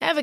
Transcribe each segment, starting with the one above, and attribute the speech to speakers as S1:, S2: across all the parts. S1: Ever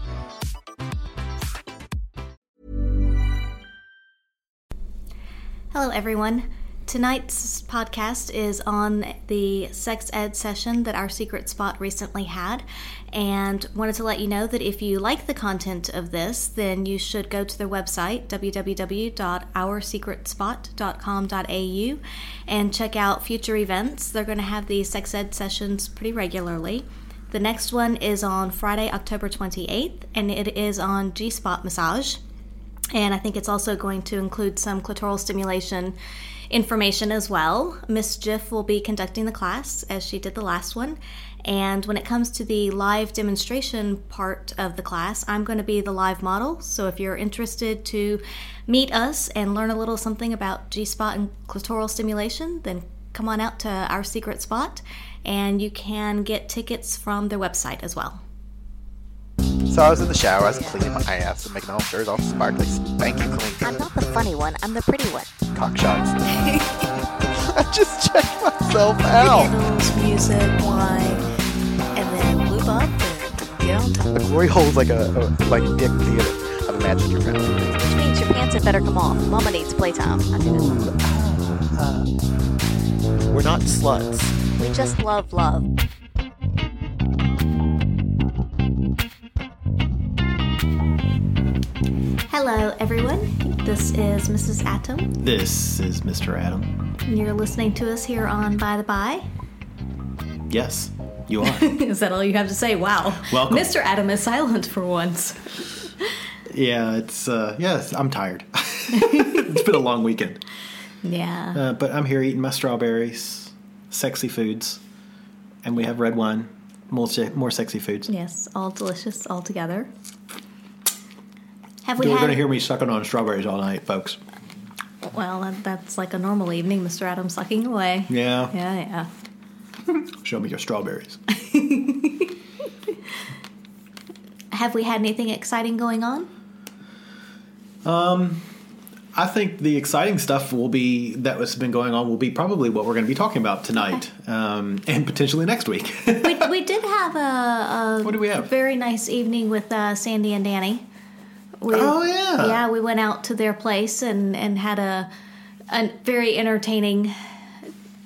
S2: Hello, everyone. Tonight's podcast is on the sex ed session that our secret spot recently had, and wanted to let you know that if you like the content of this, then you should go to their website, www.oursecretspot.com.au, and check out future events. They're going to have these sex ed sessions pretty regularly. The next one is on Friday, October 28th, and it is on G Spot Massage. And I think it's also going to include some clitoral stimulation information as well. Miss Jiff will be conducting the class as she did the last one. And when it comes to the live demonstration part of the class, I'm going to be the live model. So if you're interested to meet us and learn a little something about G spot and clitoral stimulation, then come on out to our secret spot and you can get tickets from their website as well.
S3: So I was in the shower, I was cleaning my ass and making all sure it's all sparkly, spanky clean,
S4: I'm not the funny one. I'm the pretty one.
S3: cock shots. I just checked myself out.
S5: candles, music, wine, and then lube up and get on top.
S3: The glory hole's like a, a like dick theater. I've imagined your mouth.
S4: Which means your pants had better come off. Mama needs playtime. I did it.
S6: We're not sluts.
S4: We just love love.
S2: Hello, everyone. This is Mrs. Atom.
S6: This is Mr. Adam.
S2: and You're listening to us here on By the By.
S6: Yes, you are.
S2: Is that all you have to say? Wow.
S6: Welcome.
S2: Mr. Adam is silent for once.
S6: yeah, it's uh yes, I'm tired. it's been a long weekend.
S2: Yeah.
S6: Uh, but I'm here eating my strawberries, sexy foods, and we have red wine, more se- more sexy foods.
S2: yes, all delicious, all together. Have we
S6: You're
S2: had?
S6: going to hear me sucking on strawberries all night, folks.
S2: Well, that- that's like a normal evening, Mr. Adam sucking away.
S6: Yeah.
S2: Yeah, yeah.
S6: Show me your strawberries.
S2: Have we had anything exciting going on?
S6: I think the exciting stuff will be that has been going on will be probably what we're going to be talking about tonight um, and potentially next week.
S2: we, we did have a,
S6: what do we
S2: a
S6: have?
S2: very nice evening with uh, Sandy and Danny. We,
S6: Oh, yeah.
S2: yeah. We went out to their place and and had a a very entertaining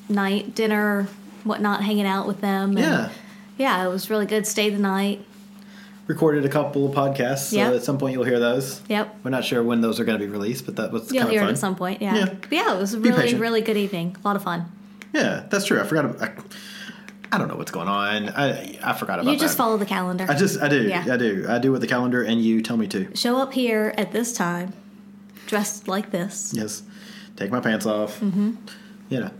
S2: night dinner, whatnot, hanging out with them. and-
S6: Yeah.
S2: yeah, it was really good. Stayed the night.
S6: recorded a couple of podcasts.
S2: Yeah.
S6: So at some point you'll hear those.
S2: Yep.
S6: We're not sure when those are going to be released, but that was
S2: You'll
S6: kind
S2: hear
S6: of fun.
S2: it at some point. Yeah.
S6: Yeah.
S2: But yeah, it was a
S6: Be
S2: really
S6: patient.
S2: really good evening. A lot of fun.
S6: Yeah, that's true. I forgot. ab- I, I don't know what's going on. I I forgot about
S2: you just
S6: that.
S2: follow the calendar.
S6: I just I do.
S2: Yeah.
S6: I do. I do with the calendar, and you tell me to.
S2: show up here at this time, dressed like this.
S6: Yes. Take my pants off. Mm-hmm. You know,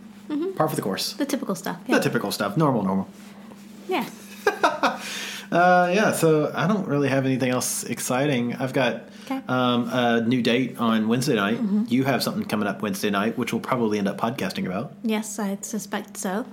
S6: par for the course.
S2: The typical stuff.
S6: The
S2: Mm-hmm. Yeah.
S6: typical stuff. Normal, normal.
S2: yeah.
S6: Uh, yeah, so I don't really have anything else exciting. I've got
S2: Okay. Mm-hmm.
S6: um, a new date on Wednesday night. You have something coming up Wednesday night, which we'll probably end up podcasting about.
S2: Yes, I suspect so.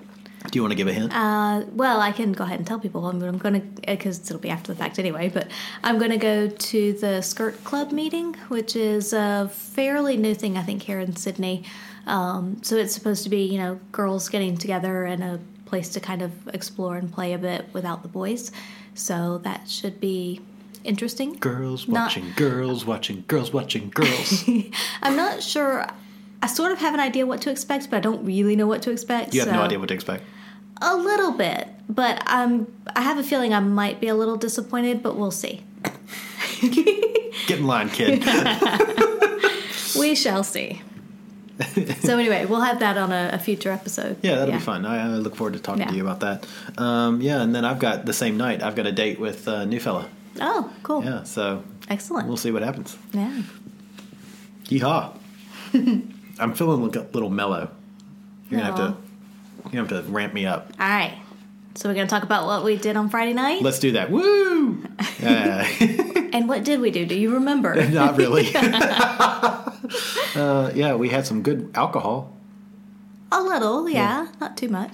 S6: Do you want to give a hint?
S2: Uh, well, I can go ahead and tell people. I'm, I'm going to, because it'll be after the fact anyway, but I'm going to go to the Skirt Club meeting, which is a fairly new thing, I think, here in Sydney. Um, so it's supposed to be, you know, girls getting together and a place to kind of explore and play a bit without the boys. So that should be interesting.
S6: girls
S2: not-
S6: watching, girls watching, girls watching, girls.
S2: I'm not sure. I sort of have an idea what to expect, but I don't really know what to expect.
S6: you have no
S2: so-
S6: idea what to expect.
S2: A little bit, but I'm. I have a feeling I might be a little disappointed, but we'll see.
S6: Get in line, kid.
S2: We shall see. so anyway, we'll have that on a, a future episode.
S6: Yeah, that'll be fun. I, I look forward to talking to
S2: Yeah.
S6: you about that. Um, yeah, and then I've got the same night. I've got a date with uh, new fella.
S2: Oh, cool.
S6: Yeah, so
S2: Excellent.
S6: we'll see what happens.
S2: yeah.
S6: Yeehaw! I'm feeling like a little mellow. You're gonna have to. You have to ramp me up.
S2: All right. So we're going to talk about what we did on Friday night.
S6: Let's do that. Woo! Uh,
S2: and what did we do? Do you remember?
S6: not really. uh, yeah, we had some good alcohol.
S2: A little, yeah, not too much.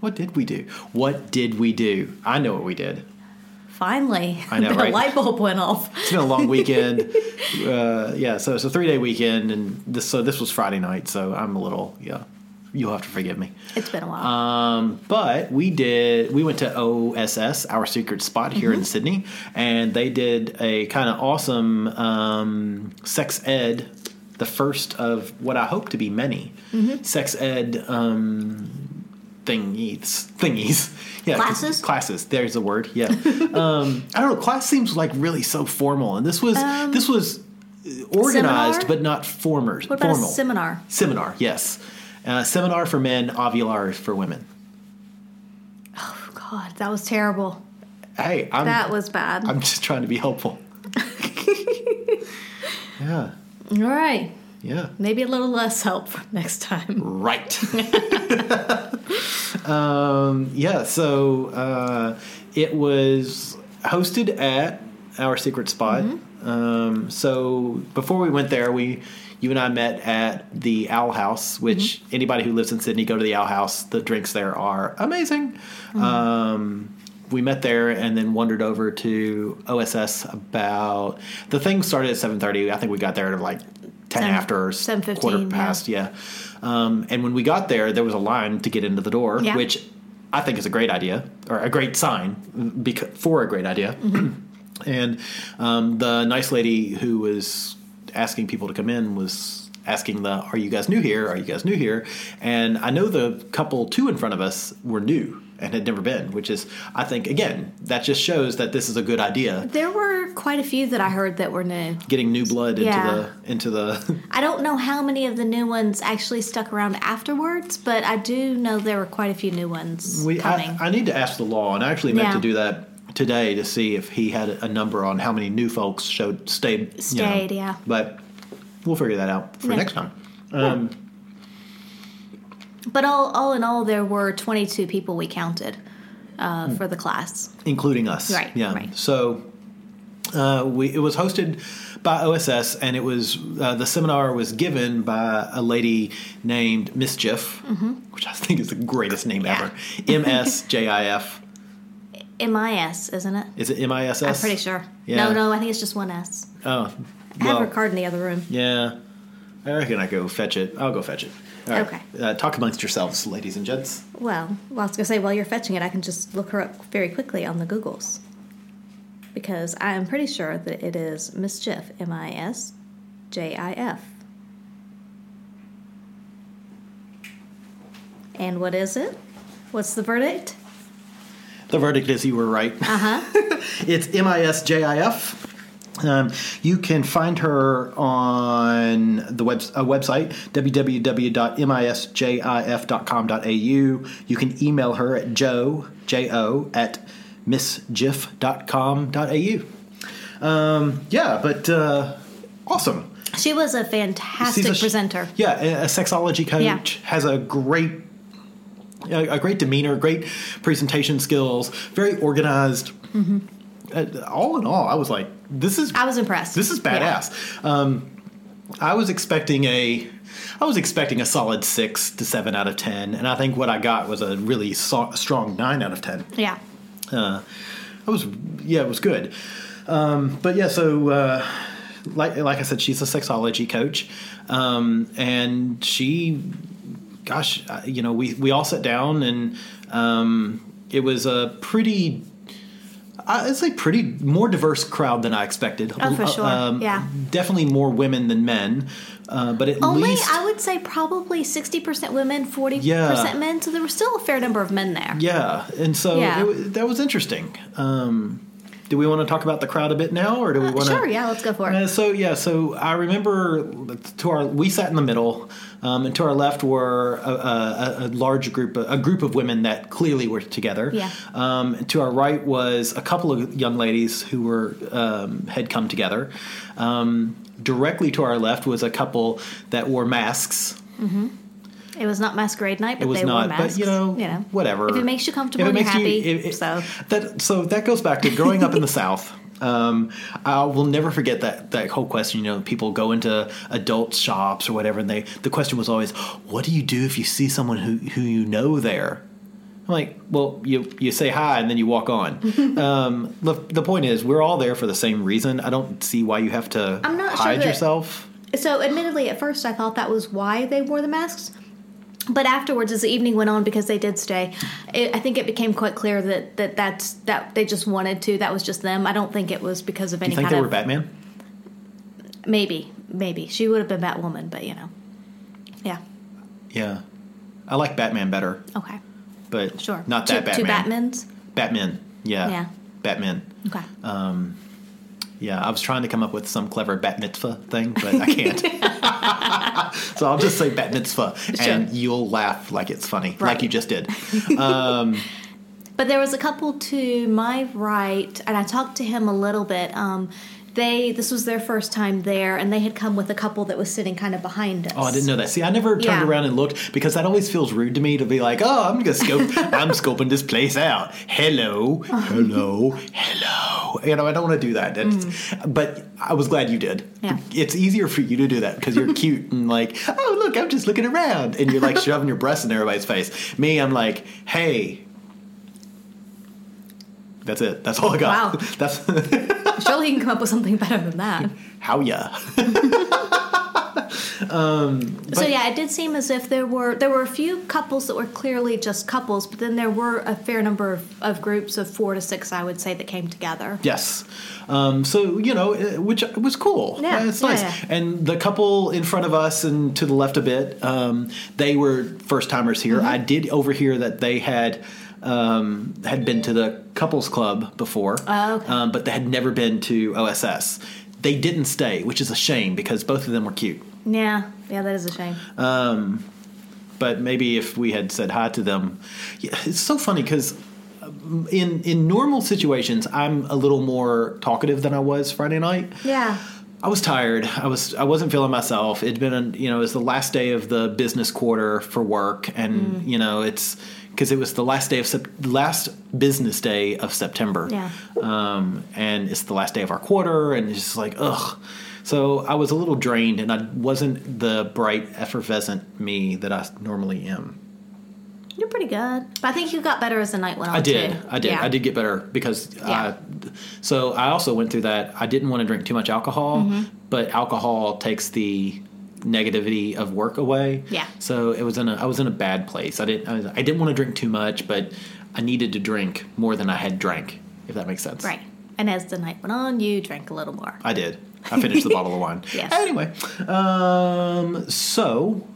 S6: What did we do? What did we do? I know what we did.
S2: Finally,
S6: I know,
S2: the
S6: right?
S2: light bulb went off.
S6: It's been a long weekend. uh, yeah, so it's a three day weekend, and this so this was Friday night. So I'm a little yeah. You'll have to forgive me.
S2: It's been a while.
S6: Um, but we did. We went to OSS, our secret spot here
S2: Mm-hmm.
S6: in Sydney, and they did a kind of awesome um, sex ed, the first of what I hope to be many
S2: Mm-hmm.
S6: sex ed um, thingies, thingies, yeah,
S2: Classes?
S6: classes. There's a word. Yeah, um, I don't know. Class seems like really so formal, and this was this was uh, organized
S2: Um, seminar?
S6: but not formers,
S2: what about
S6: formal
S2: a seminar?
S6: Seminar, yes. Uh, seminar for men, ovular for women.
S2: God, that was terrible.
S6: Hey, I'm,
S2: That was bad.
S6: I'm just trying to be helpful. yeah,
S2: All right,
S6: yeah.
S2: maybe a little less help for next time.
S6: Right. um, yeah, so uh, it was hosted at our secret spot.
S2: Mm-hmm.
S6: Um, so before we went there, we you and I met at the Owl House, which
S2: Mm-hmm.
S6: anybody who lives in Sydney go to the Owl House. The drinks there are amazing.
S2: Mm-hmm.
S6: Um, we met there and then wandered over to OSS about the thing started at seven thirty. I think we got there at like ten
S2: Seven-
S6: after or
S2: 7:15,
S6: quarter
S2: yeah.
S6: past. Yeah. Um, and when we got there, there was a line to get into the door,
S2: Yeah.
S6: which I think is a great idea or a great sign becau- for a great idea.
S2: Mm-hmm.
S6: and um, the nice lady who was asking people to come in was asking the are you guys new here are you guys new here and i know the couple two in front of us were new and had never been which is i think again that just shows that this is a good idea
S2: There were quite a few that I heard that were new.
S6: getting new blood into
S2: Yeah.
S6: the into the
S2: I don't know how many of the new ones actually stuck around afterwards, but I do know there were quite a few new ones
S6: We,
S2: coming.
S6: I, I need to ask the law, and I actually meant
S2: Yeah.
S6: to do that today to see if he had a number on how many new folks showed stayed. you know.
S2: Stayed, yeah.
S6: But we'll figure that out for
S2: Yeah.
S6: next time. Um,
S2: but all, all in all, there were 22 people we counted
S6: Hmm.
S2: uh, for the class.
S6: including us.
S2: Right,
S6: Yeah.
S2: right.
S6: So uh, we it was hosted by OSS, and it was uh, the seminar was given by a lady named Mischief,
S2: Mm-hmm.
S6: which I think is the greatest name ever. M S J I F.
S2: MIS, isn't it?
S6: Is it M I S
S2: I'm
S6: S?
S2: pretty sure.
S6: Yeah.
S2: No, no, I think it's just one S. I
S6: Oh,
S2: have
S6: well,
S2: her card in the other room.
S6: Yeah. I reckon I go fetch it. I'll go fetch it. All right.
S2: Okay.
S6: Uh, talk amongst yourselves, ladies and gents.
S2: Well, well, I was going to say, while you're fetching it, I can just look her up very quickly on the Googles. Because I am pretty sure that it is Mischief, M I S J I F. And what is it? What's the verdict?
S6: The verdict is you were right. Uh-huh. it's M-I-S-J-I-F. Um, you can find her on the web, uh, website, www.misjif.com.au. You can email her at joe, J-O, at missgif.com.au. Um, yeah, but uh, awesome.
S2: She was a fantastic
S6: She's a sh-
S2: presenter.
S6: Yeah, a- a sexology coach
S2: Yeah.
S6: has a great, a, a great demeanor, great presentation skills, very organized. Uh, all in all, I was like, this is
S2: Mm-hmm. I was impressed.
S6: this is
S2: Yeah.
S6: badass. Um, I was expecting a, I was expecting a solid six to seven out of ten, and I think what I got was a really so- strong nine out of ten.
S2: Yeah.
S6: Uh, I was, yeah, it was good. Um, but yeah, so uh, like like I said, she's a sexology coach, um, and she, gosh, I- you know, we we all sat down, and um, it was a pretty. I'd say pretty more diverse crowd than I expected.
S2: Oh, for
S6: Uh,
S2: sure. Yeah.
S6: definitely more women than men, uh, but at
S2: Only,
S6: least
S2: I would say probably 60% women, 40%
S6: Yeah.
S2: men, so there was still a fair number of men there.
S6: yeah. And so
S2: Yeah.
S6: It, wa- that was interesting. Um, do we want to talk about the crowd a bit now, or do we want to?
S2: Uh, Sure, yeah, let's go for it.
S6: Uh, so yeah, so I remember to our we sat in the middle, um, and to our left were a, a, a- a large group, a group of women that clearly were together.
S2: Yeah.
S6: Um, and to our right was a couple of young ladies who were um, had come together. Um, directly to our left was a couple that wore masks.
S2: It was not masquerade night, but
S6: It was
S2: they wore
S6: not,
S2: masks.
S6: but you know, whatever.
S2: If it makes you comfortable
S6: If it
S2: and you're
S6: makes
S2: happy,
S6: you- it- it-
S2: so
S6: that so that goes back to growing up in the South. Um, I will never forget that that whole question. You know, people go into adult shops or whatever, and they the question was always, "What do you do if you see someone who who you know there?" I'm like, well, you you say hi and then you walk on. um, the the point is, we're all there for the same reason. I don't see why you have to
S2: I'm not sure
S6: hide
S2: that-
S6: yourself.
S2: So, admittedly, at first I thought that was why they wore the masks. But afterwards, as the evening went on, because they did stay, it, I think it became quite clear that, that that's that they just wanted to. That was just them. I don't think it was because of
S6: Do
S2: any
S6: you think
S2: kind
S6: they
S2: of
S6: were Batman?
S2: maybe, maybe she would have been Batwoman, but you know, yeah,
S6: Yeah, I like Batman better,
S2: okay,
S6: but
S2: sure,
S6: not
S2: two,
S6: that Batman.
S2: Two Batmans,
S6: Batman. Yeah.
S2: Yeah.
S6: Batman.
S2: okay.
S6: Yeah, I was trying to come up with some clever bat mitzvah thing, but I can't. so I'll just say bat mitzvah, and
S2: Sure.
S6: you'll laugh like it's funny, like
S2: Right.
S6: you just did.
S2: But there was a couple to my right, and I talked to him a little bit. Um, they this was their first time there, and they had come with a couple that was sitting kind of behind us.
S6: Oh, I didn't know that. See, I never turned
S2: Yeah.
S6: around and looked because that always feels rude to me to be like, "Oh, I'm gonna scope. I'm scoping this place out. Hello, hello, hello." You know, I don't want to do that. That's- But I was glad you did.
S2: Mm. Yeah.
S6: It's easier for you to do that because you're cute and like, "Oh, look, I'm just looking around," and you're like shoving your breasts in everybody's face. Me, I'm like, "Hey." That's it. That's all I got.
S2: Wow.
S6: That's
S2: Surely you can come up with something better than that.
S6: how ya.
S2: so yeah, it did seem as if there were there were a few couples that were clearly just couples, but then there were a fair number of, of groups of four to six, I would say, that came together.
S6: Yes. Um, so you know, uh, which was cool.
S2: Yeah,
S6: Uh, it's
S2: yeah,
S6: nice.
S2: yeah.
S6: And the couple in front of us and to the left a bit, um, they were first timers
S2: Mm-hmm.
S6: here. I did overhear that they had um, had been to the couples club before,
S2: Oh, okay.
S6: um, but they had never been to OSS. They didn't stay, which is a shame because both of them were cute.
S2: Yeah, yeah, that is a shame.
S6: Uh, But maybe if we had said hi to them, yeah, it's so funny because in in normal situations, I'm a little more talkative than I was Friday night.
S2: yeah,
S6: I was tired. I was I wasn't feeling myself. It'd been you know it was the last day of the business quarter for work, and you know it's because it was the last day of sep- last business day of September.
S2: Yeah.
S6: Um, and it's the last day of our quarter, and it's just like ugh. So I was a little drained, and I wasn't the bright, effervescent me that I normally am.
S2: you're pretty good, but I think you got better as the night went on.
S6: I did.
S2: too.
S6: I did.
S2: Yeah.
S6: I did get better because
S2: Yeah.
S6: I, so I also went through that. I didn't want to drink too much alcohol,
S2: Mm-hmm.
S6: but alcohol takes the negativity of work away.
S2: Yeah.
S6: So it was in a I was in a bad place. I didn't I, was- I didn't want to drink too much, but I needed to drink more than I had drank, if that makes sense.
S2: Right, and as the night went on, you drank a little more.
S6: I did. I finished the bottle of wine.
S2: Yes.
S6: Anyway, um, so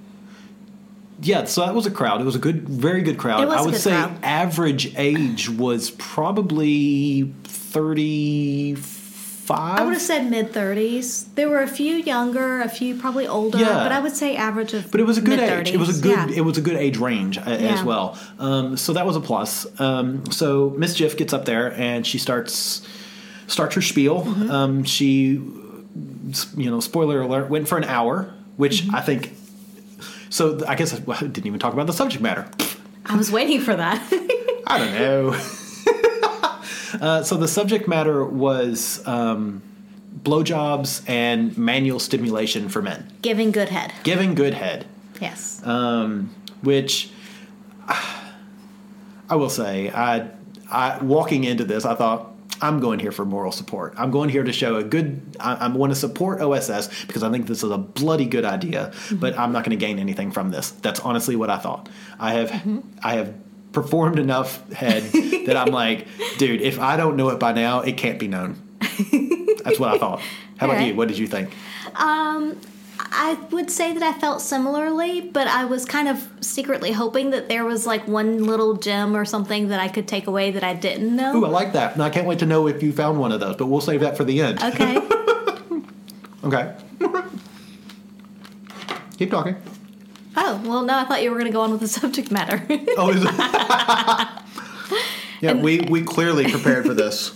S6: yeah, so that was a crowd. It was a good, very good crowd.
S2: It was
S6: I
S2: a
S6: would
S2: good
S6: say
S2: crowd.
S6: average age was probably thirty-five.
S2: I would have said mid thirties. There were a few younger, a few probably older,
S6: Yeah.
S2: but I would say average of.
S6: but it was a good age. It was a good.
S2: Yeah.
S6: It was a good age range a- as
S2: Yeah.
S6: well. Um, so that was a plus. Um, so Mischief gets up there and she starts starts her spiel.
S2: Mm-hmm.
S6: Um, she, s- you know, spoiler alert, went for an hour, which
S2: Mm-hmm.
S6: I think. So th- I guess I well, I didn't even talk about the subject matter.
S2: I was waiting for that.
S6: I don't know. uh, so the subject matter was um, blowjobs and manual stimulation for men,
S2: Giving good head. Uh,
S6: giving good head.
S2: Yes.
S6: which I will say, I, I walking into this, I thought I'm going here for moral support. I'm going here to show a good. I, I want to support OSS because I think this is a bloody good idea, but I'm not going to gain anything from this. That's honestly what I thought. I have, I have performed enough head that I'm like, dude, if I don't know it by now, it can't be known. That's what I thought. How
S2: All
S6: about
S2: right.
S6: you? What did you think?
S2: I would say that I felt similarly, but I was kind of secretly hoping that there was like one little gem or something that I could take away that I didn't know.
S6: Ooh, I like that. And I can't wait to know if you found one of those, but we'll save that for the end.
S2: okay.
S6: Okay. Keep talking.
S2: Oh, well, no, I thought you were going to go on with the subject matter.
S6: Oh, is yeah, we, we clearly prepared for this.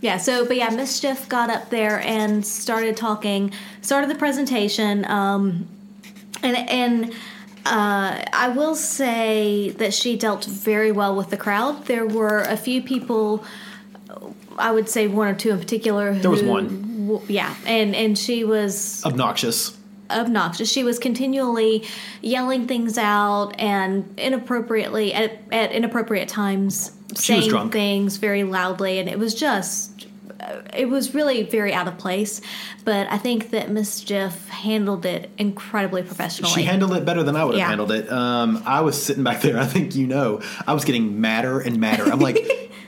S2: yeah, so, but yeah, Mischief got up there and started talking, started the presentation, um, and, and Uh, I will say that she dealt very well with the crowd. There were a few people, I would say one or two in particular. Who,
S6: There was one.
S2: w- yeah, and and she was
S6: Obnoxious.
S2: obnoxious. She was continually yelling things out and inappropriately at, at inappropriate times
S6: She was
S2: saying
S6: drunk.
S2: things very loudly, and it was just uh, it was really very out of place. But I think that Miss Jeff handled it incredibly professionally.
S6: She handled it better than I would have
S2: Yeah.
S6: handled it. Um, I was sitting back there. I think you know. I was getting madder and madder. I'm like,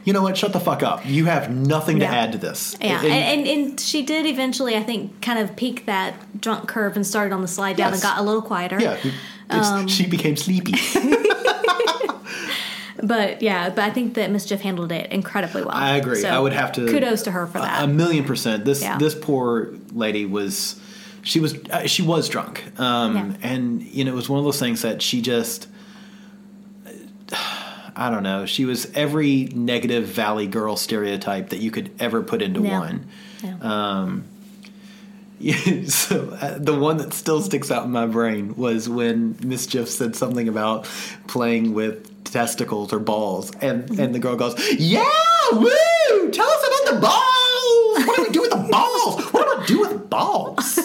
S6: you know what? Shut the fuck up. You have nothing to
S2: Yeah.
S6: add to this.
S2: yeah,
S6: And- and-
S2: and, and, and she did eventually, I think, kind of peak that drunk curve and started on the slide down
S6: Yes.
S2: and got a little quieter.
S6: yeah. it's-
S2: Um,
S6: she became sleepy.
S2: But yeah, but I think that Miss Jeff handled it incredibly well.
S6: I agree. I would have to
S2: Kudos to her for that.
S6: A million percent. This
S2: Yeah.
S6: this poor lady was she was uh, she was drunk. Um
S2: Yeah.
S6: and you know it was one of those things that she just I don't know. She was every negative valley girl stereotype that you could ever put into
S2: Yeah.
S6: one.
S2: Yeah.
S6: Yeah, so uh, the one that still sticks out in my brain was when Miss Jiff said something about playing with testicles or balls, and
S2: Mm-hmm.
S6: and the girl goes, "Yeah, woo! Tell us about the balls. What do we do with the balls? What do we do with balls?"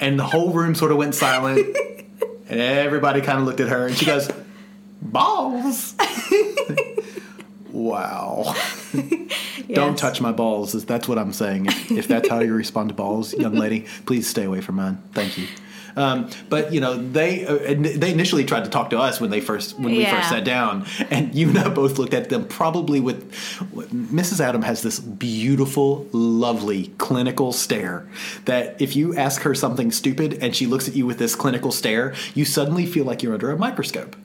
S6: and the whole room sort of went silent, and everybody kind of looked at her, and she goes, "Balls." wow. Don't
S2: Yes.
S6: touch my balls. Is that's what I'm saying. If, if that's how you respond to balls, young lady, please stay away from mine. Thank you. Um, but you know they uh, and they initially tried to talk to us when they first when we
S2: Yeah.
S6: first sat down, and you and I both looked at them probably with Mrs. Adam has this beautiful, lovely clinical stare that if you ask her something stupid and she looks at you with this clinical stare, you suddenly feel like you're under a microscope,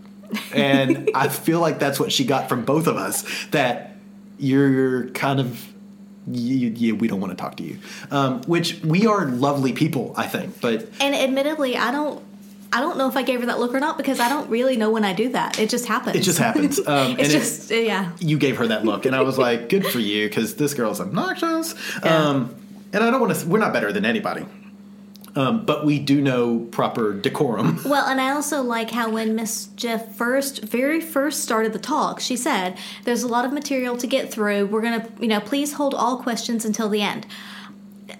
S6: and I feel like that's what she got from both of us that you're kind of you, you, we don't want to talk to you um, which we are lovely people i think but
S2: And admittedly, I don't. I don't know if I gave her that look or not because I don't really know when I do that. It just happens.
S6: it just happens um, and
S2: it's
S6: it-
S2: just yeah.
S6: you gave her that look and i was like good for you because this girl's obnoxious
S2: Yeah.
S6: um, and i don't want to we're not better than anybody um, but we do know proper decorum
S2: Well, and I also like how when Miss Jeff first, very first started the talk, she said, "There's a lot of material to get through. We're gonna, you know, please hold all questions until the end."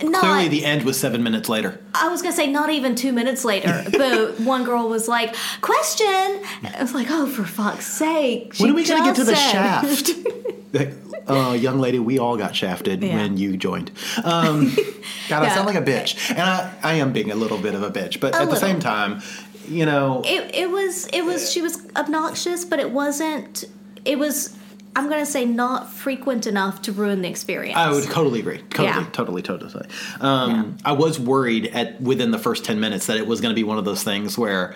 S2: Not,
S6: clearly the end was seven minutes later
S2: I was gonna say not even two minutes later, the one girl was like, "Question." I was like, "Oh, for fuck's sake!" she
S6: when are we going to get to
S2: just
S6: the
S2: said-
S6: shaft Like, Oh, young lady, we all got shafted
S2: Yeah.
S6: when you joined. Um, God, I
S2: Yeah.
S6: sound like a bitch, and I, I am being a little bit of a bitch, but at the
S2: little.
S6: same time, you know,
S2: it, it was it was she was obnoxious but it wasn't it was i'm gonna say not frequent enough to ruin the experience
S6: I would totally agree. Totally,
S2: Yeah.
S6: totally, totally. Um, I was worried at within the first ten minutes that it was going to be one of those things where.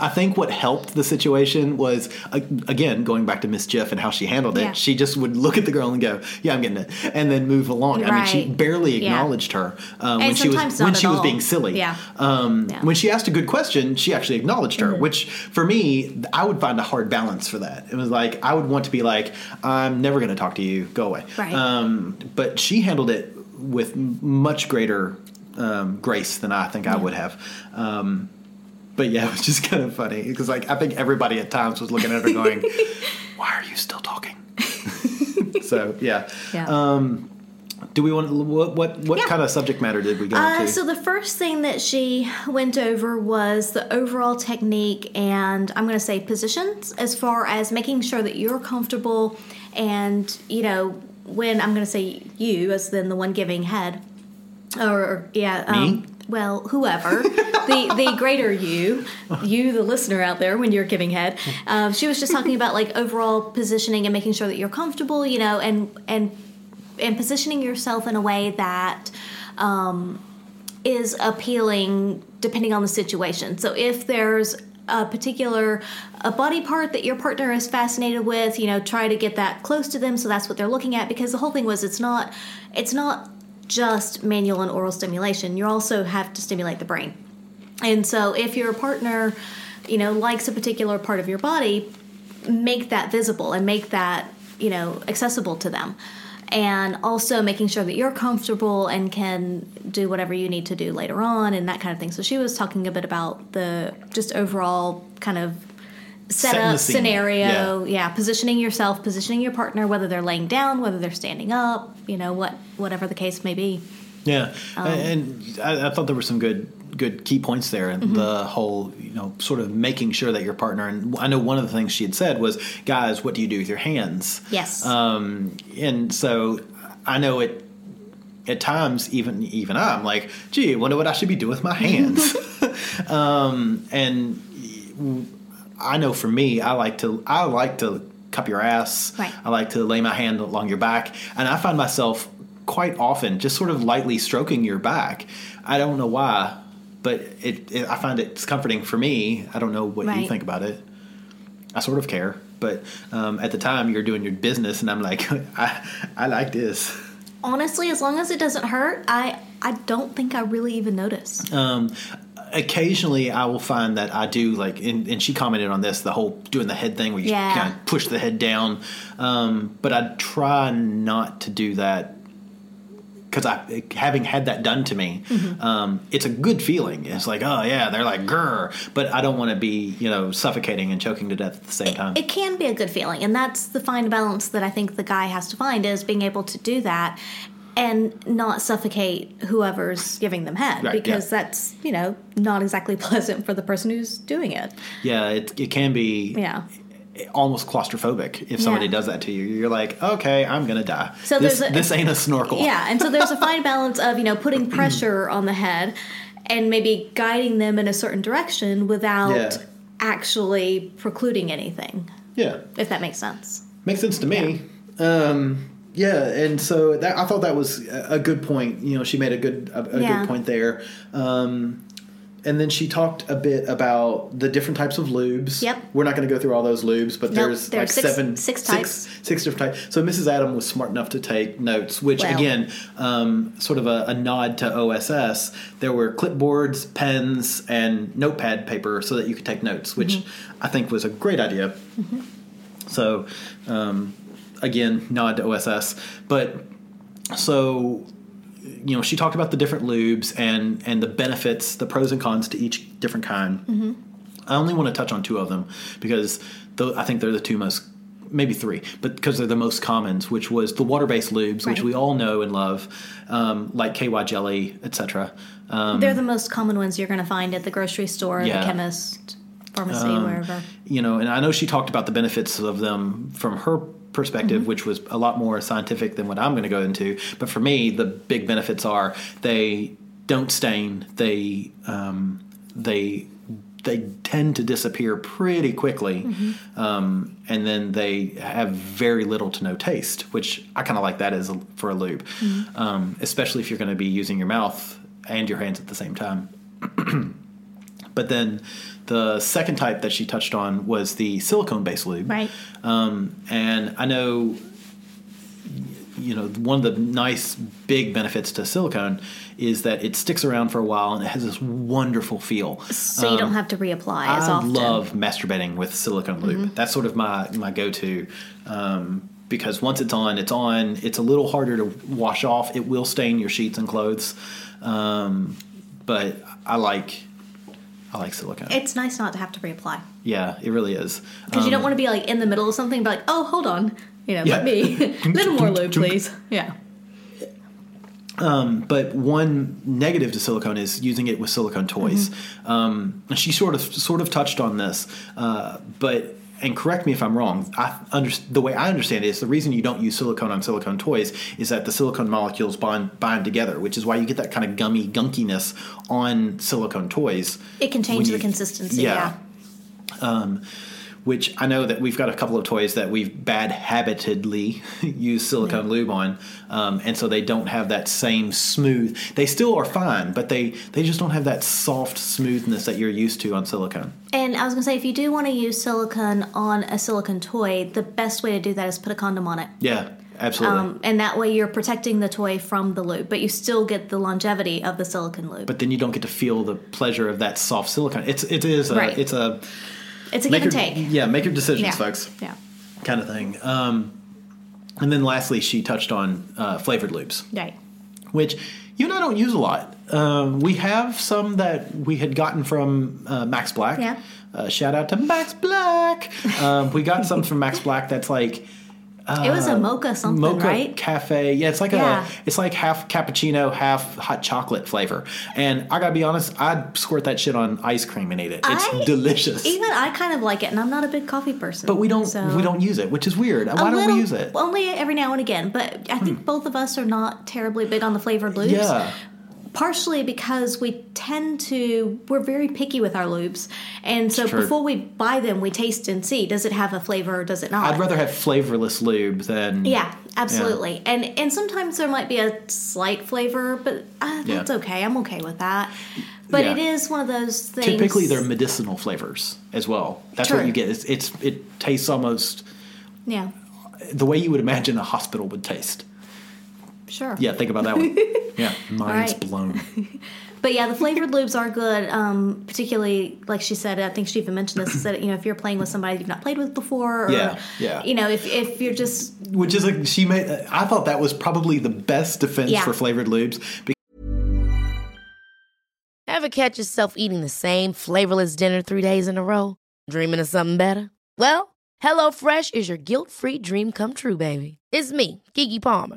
S6: I think what helped the situation was a- again going back to Miss Jeff and how she handled it.
S2: Yeah.
S6: She just would look at the girl and go, "Yeah, I'm getting it," and then move along. I mean, she
S2: Right.
S6: barely
S2: Yeah.
S6: acknowledged her um, when
S2: And
S6: she was
S2: sometimes not
S6: when
S2: at
S6: she was
S2: all.
S6: being silly.
S2: Yeah.
S6: Um,
S2: Yeah. Mm-hmm.
S6: When she asked a good question, she actually acknowledged her, which for me, I would find a hard balance for that. It was like I would want to be like, "I'm never going to talk to you. Go away."
S2: Right.
S6: Um, but she handled it with m- much greater um, grace than I think I would have. Um, but yeah, it was just kind of funny because like I think everybody at times was looking at her going, "Why are you still talking?" so yeah.
S2: yeah
S6: Oh, Do we want what what, what kind of subject matter did we go
S2: uh,
S6: into?
S2: so the first thing that she went over was the overall technique and i'm gonna say positions as far as making sure that you're comfortable and you know when i'm gonna say you as then the one giving head or yeah um,
S6: Me?
S2: well whoever the the greater you you the listener out there when you're giving head um, she was just talking about like overall positioning and making sure that you're comfortable you know and and and positioning yourself in a way that um, is appealing depending on the situation so if there's a particular a body part that your partner is fascinated with you know try to get that close to them so that's what they're looking at because the whole thing was it's not it's not just manual and oral stimulation you also have to stimulate the brain and so if your partner you know likes a particular part of your body make that visible and make that you know accessible to them and also making sure that you're comfortable and can do whatever you need to do later on and that kind of thing. So she was talking a bit about the just overall kind of
S6: Setting the
S2: setup
S6: scene.
S2: scenario, yeah. positioning yourself, positioning your partner, whether they're laying down, whether they're standing up, you know, what whatever the case may be.
S6: Yeah, and I, I thought there were some good good key points there, and the whole you know sort of making sure that your partner. And I know one of the things she had said was, "Guys, what do you do with your hands?"
S2: Yes.
S6: Um, and so I know it. At times, even even I'm like, "Gee, I wonder what I should be doing with my hands." um, and I know for me, I like to I like to cup your ass.
S2: Right.
S6: I like to lay my hand along your back, and I find myself quite often just sort of lightly stroking your back. I don't know why, but it, it I find it's comforting for me. I don't know what you
S2: Right.
S6: think about it. I sort of care, but um, at the time you're doing your business, and I'm like, I I like this.
S2: Honestly, as long as it doesn't hurt, I I don't think I really even notice.
S6: Uh, occasionally I will find that I do like, and, and she commented on this, the whole doing the head thing where you
S2: Yeah.
S6: kind of push the head down. Um, but I try not to do that because I, having had that done to me,
S2: Mm-hmm.
S6: um, it's a good feeling. It's like, oh yeah, they're like grr, but I don't want to be, you know, suffocating and choking to death at the same time.
S2: it can be a good feeling and that's the fine balance that i think the guy has to find is being able to do that and not suffocate whoever's giving them head
S6: Right,
S2: because
S6: yeah.
S2: that's you know not exactly pleasant for the person who's doing it
S6: yeah, it, it can be
S2: yeah
S6: almost claustrophobic if somebody
S2: Yeah.
S6: does that to you. You're like, okay, I'm gonna die.
S2: So
S6: this,
S2: there's a-
S6: this ain't a snorkel.
S2: yeah and so there's a fine balance of you know putting pressure on the head and maybe guiding them in a certain direction without
S6: Yeah.
S2: actually precluding anything
S6: yeah.
S2: if that makes sense
S6: makes sense to me. Um, yeah, and so that I thought that was a a good point. You know, she made a good a, a
S2: Yeah.
S6: good point there. Um, and then she talked a bit about the different types of lubes.
S2: Yep.
S6: We're not going to go through all those lubes, but
S2: Nope,
S6: there's
S2: there are
S6: like
S2: six-
S6: seven,
S2: six types.
S6: six different types. So Mrs. Adam was smart enough to take notes, which
S2: Well.
S6: again, um, sort of a, a nod to OSS. There were clipboards, pens, and notepad paper so that you could take notes, which I think was a great idea. So, um, again, nod to OSS. But so, you know, she talked about the different lubes and and the benefits, the pros and cons to each different kind. I only want to touch on two of them because tho- I think they're the two most, maybe three, but because they're the most commons, which was the water-based lubes, which
S2: Right.
S6: we all know and love, um, like KY jelly, etc. Um,
S2: they're the most common ones you're going to find at the grocery store
S6: Yeah. Um,
S2: the chemist pharmacy wherever
S6: you know, and I know she talked about the benefits of them from her perspective, which was a lot more scientific than what I'm going to go into. But for me, the big benefits are they don't stain. They um, they they tend to disappear pretty quickly, um, and then they have very little to no taste, which I kind of like that as a, for a lube, um, especially if you're going to be using your mouth and your hands at the same time. But then the second type that she touched on was the silicone based lube.
S2: Right.
S6: Um, and I know, you know, one of the nice big benefits to silicone is that it sticks around for a while and it has this wonderful feel.
S2: so you don't have to reapply as
S6: um, I
S2: often.
S6: love masturbating with silicone lube. That's sort of my my go to. Um, because once it's on, it's on. It's a little harder to wash off. It will stain your sheets and clothes, um, but I like I like silicone.
S2: It's nice not to have to reapply
S6: Yeah, it really is.
S2: because you don't want to be like in the middle of something, and be like, oh, hold on, you know,
S6: Um, Yeah.
S2: let me little more lube, please. Yeah,
S6: But one negative to silicone is using it with silicone toys. Um, and she sort of sort of touched on this, uh, but and correct me if I'm wrong. I under, the way I understand it is the reason you don't use silicone on silicone toys is that the silicone molecules bond bind together, which is why you get that kind of gummy gunkiness on silicone toys.
S2: it can change
S6: when
S2: the
S6: you-
S2: consistency.
S6: yeah.
S2: Yeah.
S6: which I know that we've got a couple of toys that we've bad habitedly used silicone lube on, um, and so they don't have that same smooth. They still are fine, but they they just don't have that soft smoothness that you're used to on silicone.
S2: And I was gonna say, if you do want to use silicone on a silicone toy, the best way to do that is put a condom on it.
S6: Yeah, absolutely.
S2: Um, and that way you're protecting the toy from the lube, but you still get the longevity of the silicone lube.
S6: but then you don't get to feel the pleasure of that soft silicone. It's it is a,
S2: Right.
S6: it's a
S2: it's a
S6: make
S2: give
S6: your,
S2: and take.
S6: Yeah, make your decisions,
S2: yeah.
S6: folks.
S2: Yeah.
S6: kind of thing. Um, And then lastly, she touched on uh, flavored lubes
S2: Right.
S6: which you and I don't use a lot. Um, we have some that we had gotten from uh, Max Black.
S2: Yeah.
S6: Uh, shout out to Max Black. Um, we got some from Max Black that's like
S2: it was a mocha something,
S6: Uh, mocha
S2: right?
S6: cafe. Yeah, it's like
S2: Yeah.
S6: a it's like half cappuccino, half hot chocolate flavor. And I gotta be honest, I'd squirt that shit on ice cream and eat it. It's
S2: I-
S6: delicious.
S2: Even I kind of like it, and I'm not a big coffee person.
S6: but we don't
S2: so-
S6: we don't use it, which is weird. Why
S2: A
S6: don't
S2: little-
S6: we use it? Hmm.
S2: Only every now and again, but I think both of us are not terribly big on the flavored lubes.
S6: yeah.
S2: partially because we tend to we're very picky with our lubes and so
S6: True.
S2: before we buy them we taste and see does it have a flavor or does it not
S6: I'd rather have flavorless lube than
S2: yeah absolutely and and sometimes there might be a slight flavor but uh,
S6: Yeah.
S2: that's okay i'm okay with that but
S6: Yeah.
S2: it is one of those things
S6: typically they're medicinal flavors as well that's
S2: True.
S6: what you get it's, it's it tastes almost
S2: yeah
S6: the way you would imagine a hospital would taste
S2: sure
S6: yeah think about that one yeah mind's
S2: right.
S6: blown
S2: But yeah, the flavored lubes are good, um, particularly like she said. I think she even mentioned this. Is that you know if you're playing with somebody you've not played with before, or,
S6: Yeah, yeah.
S2: You know if if you're just
S6: which is like she made i thought that was probably the best defense
S2: Yeah.
S6: for flavored lubes because
S1: Ever catch yourself eating the same flavorless dinner three days in a row? Dreaming of something better? Well, HelloFresh is your guilt free dream come true, baby. It's me, Kiki Palmer.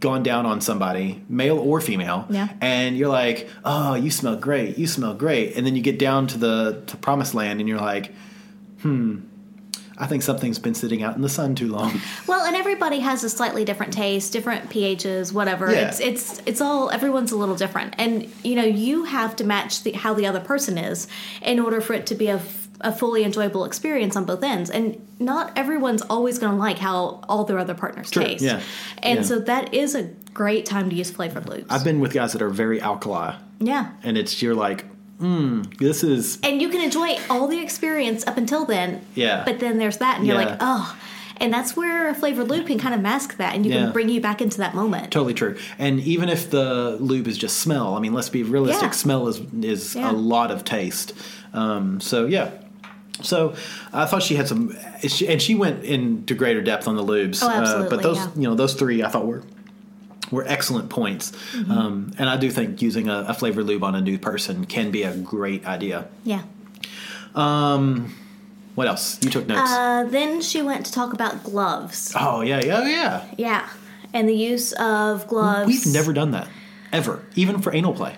S6: gone down on somebody male or female
S2: Yeah.
S6: and you're like oh you smell great you smell great and then you get down to the to promised land and you're like hmm i think something's been sitting out in the sun too long
S2: well, and everybody has a slightly different taste, different pHs, whatever.
S6: Yeah.
S2: It's it's it's all everyone's a little different, and you know you have to match the, how the other person is in order for it to be a f- a fully enjoyable experience on both ends, and not everyone's always going to like how all their other partners
S6: Sure,
S2: taste.
S6: yeah,
S2: and
S6: yeah.
S2: so that is a great time to use flavored loops.
S6: I've been with guys that are very alkali,
S2: yeah,
S6: and it's you're like, mm, this is
S2: and you can enjoy all the experience up until then.
S6: Yeah.
S2: But then there's that, and you're
S6: Yeah.
S2: like, oh. And that's where a flavored loop can kind of mask that, and you
S6: Yeah.
S2: can bring you back into that moment.
S6: totally true. And even if the lube is just smell, I mean, let's be
S2: Yeah.
S6: realistic. Smell is is
S2: Yeah.
S6: a lot of taste. Um, so yeah. So I thought she had some, she- and she went into greater depth on the lubes. uh,
S2: Oh,
S6: but
S2: absolutely,
S6: those,
S2: yeah.
S6: you know, those three I thought were were excellent points.
S2: Mm-hmm.
S6: Um, and I do think using a, a flavor lube on a new person can be a great idea.
S2: Yeah.
S6: What else? You took notes.
S2: Uh, then she went to talk about gloves.
S6: oh yeah, yeah, yeah.
S2: Yeah. And the use of gloves.
S6: We've never done that ever, even for anal play.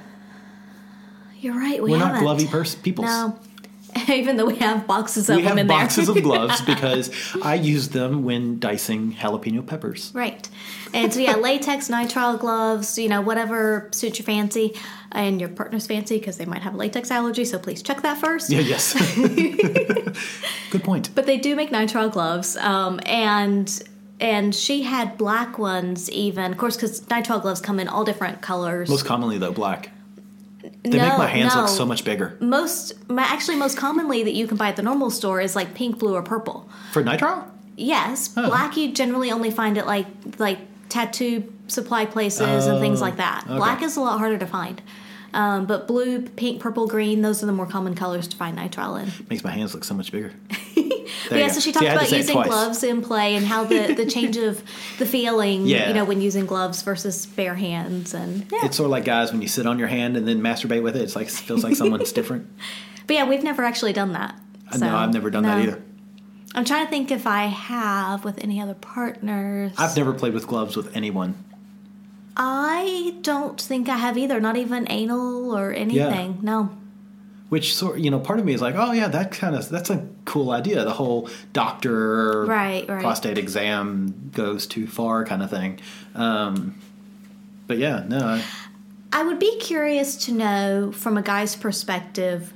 S2: You're right. We
S6: We're
S2: haven't.
S6: not glovey pers- peoples.
S2: No. Even though we have boxes of
S6: We
S2: them
S6: have
S2: in
S6: boxes
S2: there.
S6: of gloves because I use them when dicing jalapeno peppers.
S2: right. And so yeah, latex, nitrile gloves. You know, whatever suits your fancy and your partner's fancy because they might have a latex allergy. So please check that first.
S6: Yeah, yes. Good point.
S2: But they do make nitrile gloves, um, and and she had black ones even, of course, because nitrile gloves come in all different colors.
S6: Most commonly though, black. They
S2: No,
S6: make my hands look
S2: no.
S6: so much bigger.
S2: most my, actually most commonly that you can buy at the normal store is like pink blue or purple
S6: For nitrile?
S2: yes black you generally only find at like like tattoo supply places and things like that black is a lot harder to find um, but blue pink purple green those are the more common colors to find nitrile in
S6: Makes my hands look so much bigger.
S2: but yeah so she talked about using gloves in play and how the, the change of the feeling
S6: Yeah.
S2: you know when using gloves versus bare hands and yeah
S6: It's sort of like guys when you sit on your hand and then masturbate with it. It's like feels like someone's different.
S2: but yeah we've never actually done that
S6: I Uh, no, I've never done that
S2: no.
S6: either.
S2: I'm trying to think if I have with any other partners.
S6: I've never played with gloves with anyone.
S2: I don't think I have either. Not even anal or anything. No.
S6: Which sort you know, part of me is like, oh yeah, that kind of that's a cool idea. The whole doctor
S2: Right, right.
S6: prostate exam goes too far kind of thing. Um, but yeah, no, I,
S2: I would be curious to know from a guy's perspective.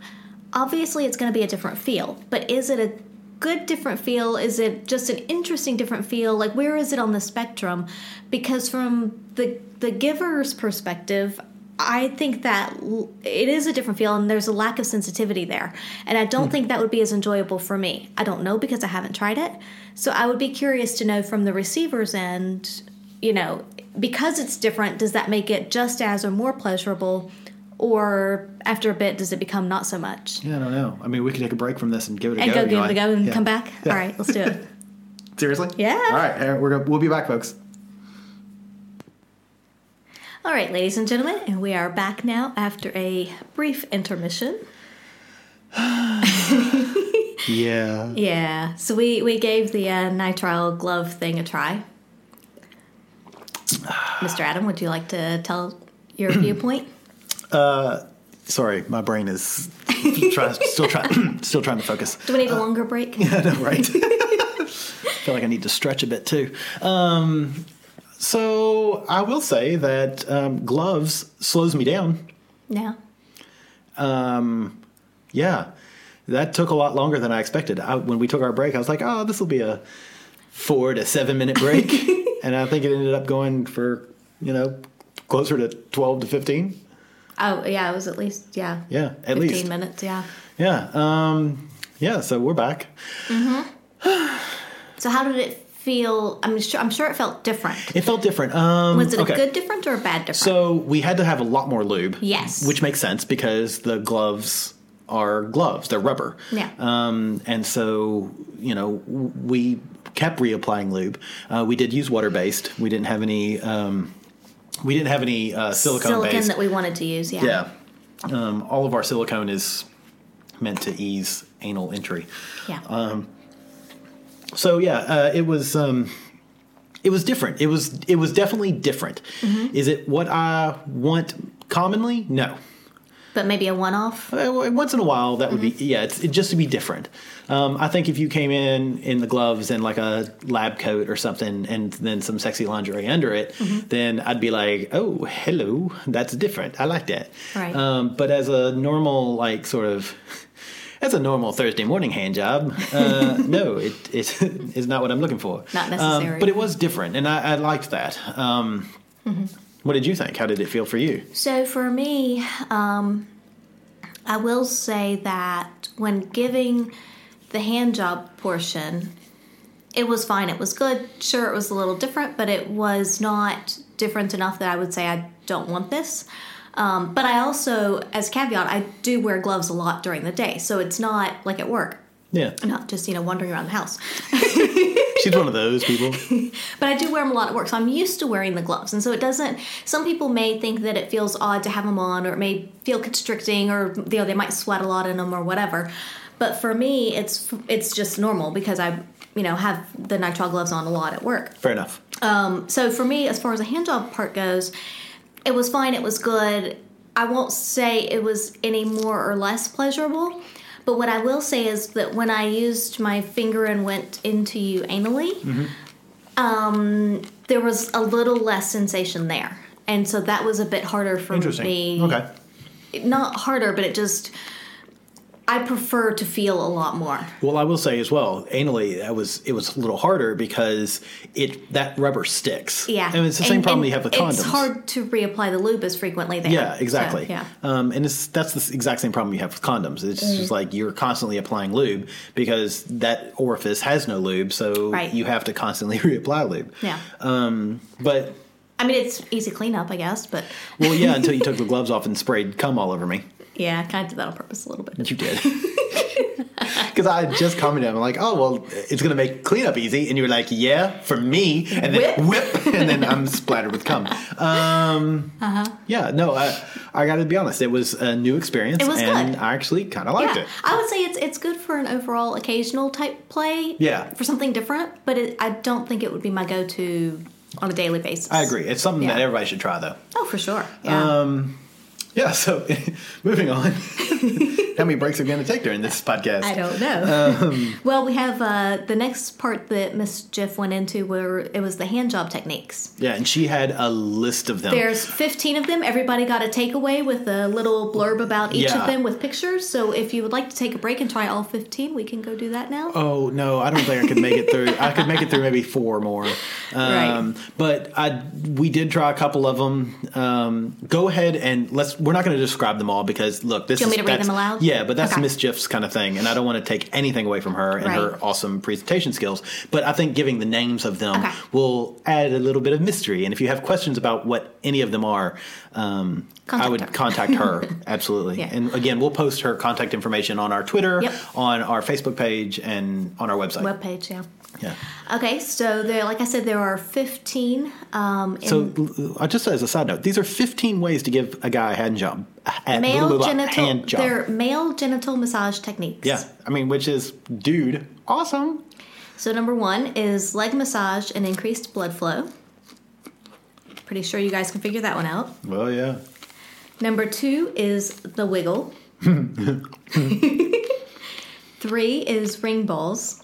S2: Obviously, it's going to be a different feel, but is it a good different feel? Is it just an interesting different feel? Like, where is it on the spectrum? Because from the the giver's perspective, I think that l- it is a different feel, and there's a lack of sensitivity there. And I don't think that would be as enjoyable for me. I don't know because I haven't tried it. So I would be curious to know from the receiver's end, you know, because it's different, does that make it just as or more pleasurable? Or after a bit, does it become not so much?
S6: yeah, I don't know. I mean, we could take a break from this and give it a
S2: And
S6: go.
S2: go
S6: you
S2: give
S6: know,
S2: it a
S6: I-
S2: go and
S6: yeah.
S2: come back? All right, let's do it.
S6: Seriously?
S2: Yeah.
S6: All right, all right, we're go- we'll be back, folks.
S2: All right, ladies and gentlemen, and we are back now after a brief intermission.
S6: Yeah.
S2: Yeah, so we, we gave the uh, nitrile glove thing a try. Mr. Adam, would you like to tell your viewpoint?
S6: Sorry, my brain is trying, still trying, still trying to focus.
S2: Do we need a longer break?
S6: I know, right? I feel like I need to stretch a bit too. Um, so I will say that um, gloves slows me down.
S2: No.
S6: Yeah, that took a lot longer than I expected. I, when we took our break, I was like, "Oh, this will be a four to seven minute break," and I think it ended up going for you know closer to twelve to fifteen.
S2: Oh, yeah, it was at least, yeah.
S6: Yeah,
S2: 15
S6: at least.
S2: minutes, yeah.
S6: Yeah, um, yeah. So we're back.
S2: So how did it feel? I'm sure, I'm sure it felt different.
S6: It felt different. Um,
S2: Was it
S6: okay.
S2: a good different or a bad different?
S6: So we had to have a lot more lube.
S2: Yes.
S6: Which makes sense because the gloves are gloves, they're rubber.
S2: Yeah.
S6: Um, and so, you know, w- we kept reapplying lube. Uh, we did use water based, we didn't have any. Um, we didn't have any uh, silicone,
S2: Silicon
S6: based.
S2: that we wanted to use, yeah.
S6: yeah, um, all of our silicone is meant to ease anal entry.
S2: Yeah.
S6: Uh, So yeah, uh, it was um, it was different. It was it was definitely different.
S2: Mm-hmm.
S6: Is it what I want commonly? No.
S2: but maybe a one-off.
S6: Uh, w- Once in a while, that would
S2: Mm-hmm.
S6: be yeah. It's it just to be different. Um, I think if you came in in the gloves and like a lab coat or something, and then some sexy lingerie under it,
S2: Mm-hmm.
S6: then I'd be like, oh, hello, that's different. I like that.
S2: Right.
S6: Um, but as a normal like sort of as a normal Thursday morning hand job, uh, no, it, it is not what I'm looking for.
S2: Not
S6: Um,
S2: necessary.
S6: but it was different, and I, I liked that. Um,
S2: Mm-hmm.
S6: What did you think? How did it feel for you?
S2: So for me, um, I will say that when giving the hand job portion, it was fine. It was good. Sure, it was a little different, but it was not different enough that I would say I don't want this. Um, but I also, as caveat, I do wear gloves a lot during the day, so it's not like at work.
S6: Yeah,
S2: I'm not just you know wandering around the house.
S6: she's one of those people.
S2: But I do wear them a lot at work, so I'm used to wearing the gloves. And so it doesn't, some people may think that it feels odd to have them on, or it may feel constricting, or you know, they might sweat a lot in them or whatever. But for me, it's it's just normal because I, you know, have the nitrile gloves on a lot at work.
S6: Fair enough.
S2: So for me, as far as the hand job part goes, it was fine. It was good. I won't say it was any more or less pleasurable, but what I will say is that when I used my finger and went into you anally,
S6: Mm-hmm.
S2: um, there was a little less sensation there, and so that was a bit harder for me.
S6: Okay.
S2: Not harder, but it just. I prefer to feel a lot more.
S6: Well, I will say as well, anally, that was it was a little harder because it that rubber sticks.
S2: Yeah,
S6: and it's the same problem
S2: and
S6: you have with condoms.
S2: It's hard to reapply the lube as frequently there.
S6: Yeah,
S2: So,
S6: exactly.
S2: yeah.
S6: Um, and it's that's the s- exact same problem you have with condoms. It's
S2: Mm.
S6: just like you're constantly applying lube because that orifice has no lube, so
S2: Right.
S6: you have to constantly reapply lube.
S2: Yeah.
S6: But
S2: I mean, it's easy cleanup, I guess, but
S6: well, yeah, until you took the gloves off and sprayed cum all over me.
S2: yeah, I kind of did that on purpose a little bit.
S6: You did. Because I had just commented, I'm like, oh well, it's gonna make cleanup easy, and you were like, yeah, for me, and then whip, and then I'm splattered with cum. Um,
S2: Uh-huh.
S6: Yeah, no, I, I got to be honest, it was a new experience,
S2: It was
S6: and
S2: good.
S6: I actually kind of liked
S2: Yeah,
S6: it.
S2: I would say it's it's good for an overall occasional type play.
S6: Yeah.
S2: for something different, but it, I don't think it would be my go to on a daily basis.
S6: I agree. Um, It's something that
S2: Yeah.
S6: everybody should try, though.
S2: Oh, for sure. Yeah.
S6: Yeah. So, moving on. How many breaks are we going to take during this podcast?
S2: I don't know.
S6: um,
S2: well, we have uh, the next part that Miss Jiff went into where it was the hand job techniques.
S6: Yeah, and she had a list of them.
S2: There's 15 of them. Everybody got a takeaway with a little blurb about each
S6: Yeah.
S2: of them with pictures. So if you would like to take a break and try all 15, we can go do that now.
S6: Oh no, I don't think I could make it through. I could make it through maybe four more. Um, But I we did try a couple of them. Um, go ahead and let's. We're not going to describe them all because look, this
S2: Do you
S6: is
S2: want me to read
S6: that's-
S2: them aloud?
S6: Yeah, but that's
S2: Okay.
S6: Miss Jiff's kind of thing, and I don't want to take anything away from her and her
S2: Right.
S6: awesome presentation skills. But I think giving the names of them
S2: Okay.
S6: will add a little bit of mystery. And if you have questions about what any of them are, um, I
S2: Contact
S6: would
S2: her.
S6: contact her absolutely.
S2: Yeah.
S6: And again, we'll post her contact information on our Twitter,
S2: Yep.
S6: on our Facebook page, and on our website.
S2: Webpage, yeah.
S6: Yeah.
S2: Okay, so there, like I said, there are 15. Um, in
S6: So, l- l- just as a side note, these are 15 ways to give a guy a hand job.
S2: male
S6: A blah, blah, blah,
S2: genital,
S6: hand job.
S2: they're male genital massage techniques.
S6: yeah, I mean, which is, dude, awesome.
S2: So number one is leg massage and increased blood flow. Pretty sure you guys can figure that one out.
S6: Well, yeah.
S2: Number two is the wiggle. Three is ring balls.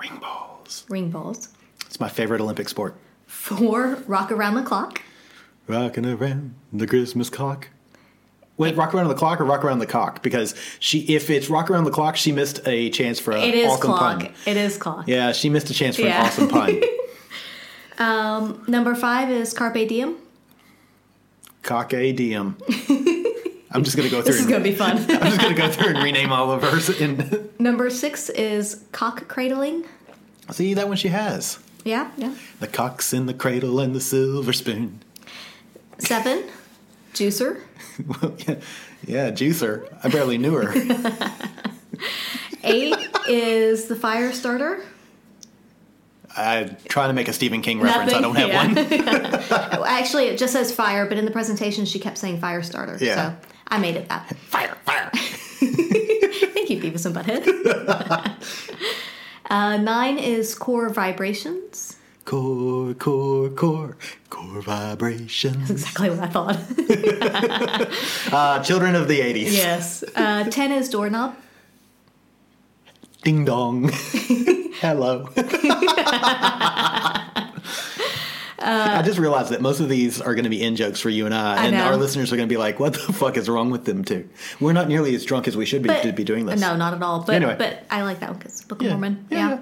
S6: Ring balls.
S2: Ring balls.
S6: It's my favorite Olympic sport.
S2: Four, rock around the clock.
S6: Rocking around the Christmas clock. Wait, rock around the clock or rock around the cock? Because she, if it's rock around the clock, she missed a chance for an
S2: It is
S6: Uh, awesome
S2: clock.
S6: pun.
S2: It is clock.
S6: Yeah, she missed a chance for
S2: Yeah.
S6: an awesome pun.
S2: Number five is carpe diem.
S6: Cock a diem. I'm just gonna go through.
S2: This is
S6: and,
S2: gonna be fun.
S6: I'm just gonna go through and rename all of hers. And
S2: Number six is cock cradling.
S6: see that one she has.
S2: Yeah, yeah.
S6: The cock's in the cradle and the silver spoon.
S2: Seven, juicer.
S6: Yeah, juicer. I barely knew her.
S2: Eight is the fire starter.
S6: I try to make a Stephen King reference. I don't have one.
S2: one. Actually, it just says fire, but in the presentation she kept saying fire starter.
S6: Yeah.
S2: So I made it that.
S6: Fire, fire.
S2: Thank you, Beavis and Butthead. uh, nine is core vibrations.
S6: Core, core, core, core vibrations.
S2: Exactly what I thought.
S6: Uh, children of the 80s.
S2: yes. Uh, ten is doorknob.
S6: Ding dong. Hello. I just realized that most of these are going to be in jokes for you and I,
S2: I
S6: and
S2: know.
S6: our listeners are going to be like, "What the fuck is wrong with them?" Too. We're not nearly as drunk as we should be
S2: But-
S6: to be doing this.
S2: No, not at all. But
S6: Anyway.
S2: but I like that one because Book of
S6: Yeah.
S2: Mormon.
S6: Yeah,
S2: Yeah.
S6: yeah. All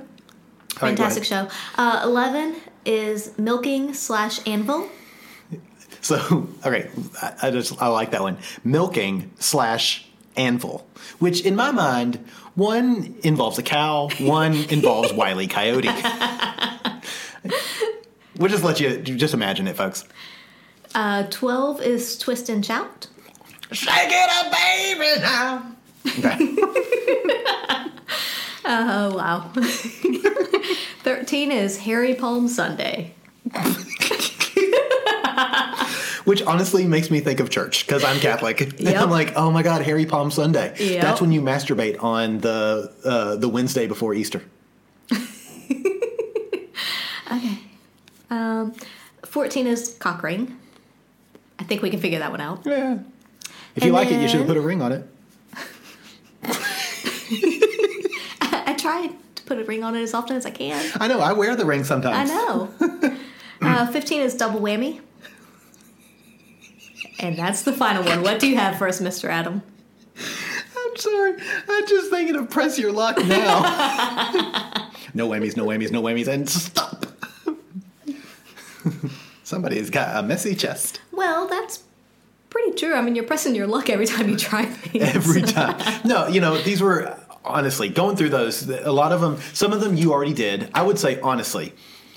S6: right, go
S2: Fantastic
S6: ahead.
S2: show. Uh, Eleven is milking slash anvil.
S6: So, okay, I, I just I like that one. Milking slash anvil, which in my mind, one involves a cow, one involves Wiley Coyote. we'll just let you just imagine it, folks.
S2: Uh, Twelve is twist and shout.
S6: Shake it up, baby now. Okay.
S2: Oh wow. Thirteen is Harry Palm Sunday.
S6: Which honestly makes me think of church because I'm Catholic. And
S2: Yep.
S6: I'm like, oh my God, Harry Palm Sunday.
S2: Yep.
S6: That's when you masturbate on the uh, the Wednesday before Easter.
S2: Fourteen is cock ring. I think we can figure that one out.
S6: Yeah. If
S2: And
S6: you like it, you should
S2: then-
S6: put a ring on it.
S2: I try to put a ring on it as often as I can.
S6: I know. I wear the ring
S2: I
S6: sometimes.
S2: know. uh, 15 is double whammy. And that's the final one. What do you have for us, Mr. Adam?
S6: I'm sorry. I'm just thinking of press your luck now. no whammies, no whammies, no whammies, and stop. Somebody's got a messy chest
S2: Well, that's pretty true. I mean, you're pressing your luck every time you try things.
S6: every time. No, you know, these were honestly going through those. A lot of them, some of them you already did. I would say, honestly,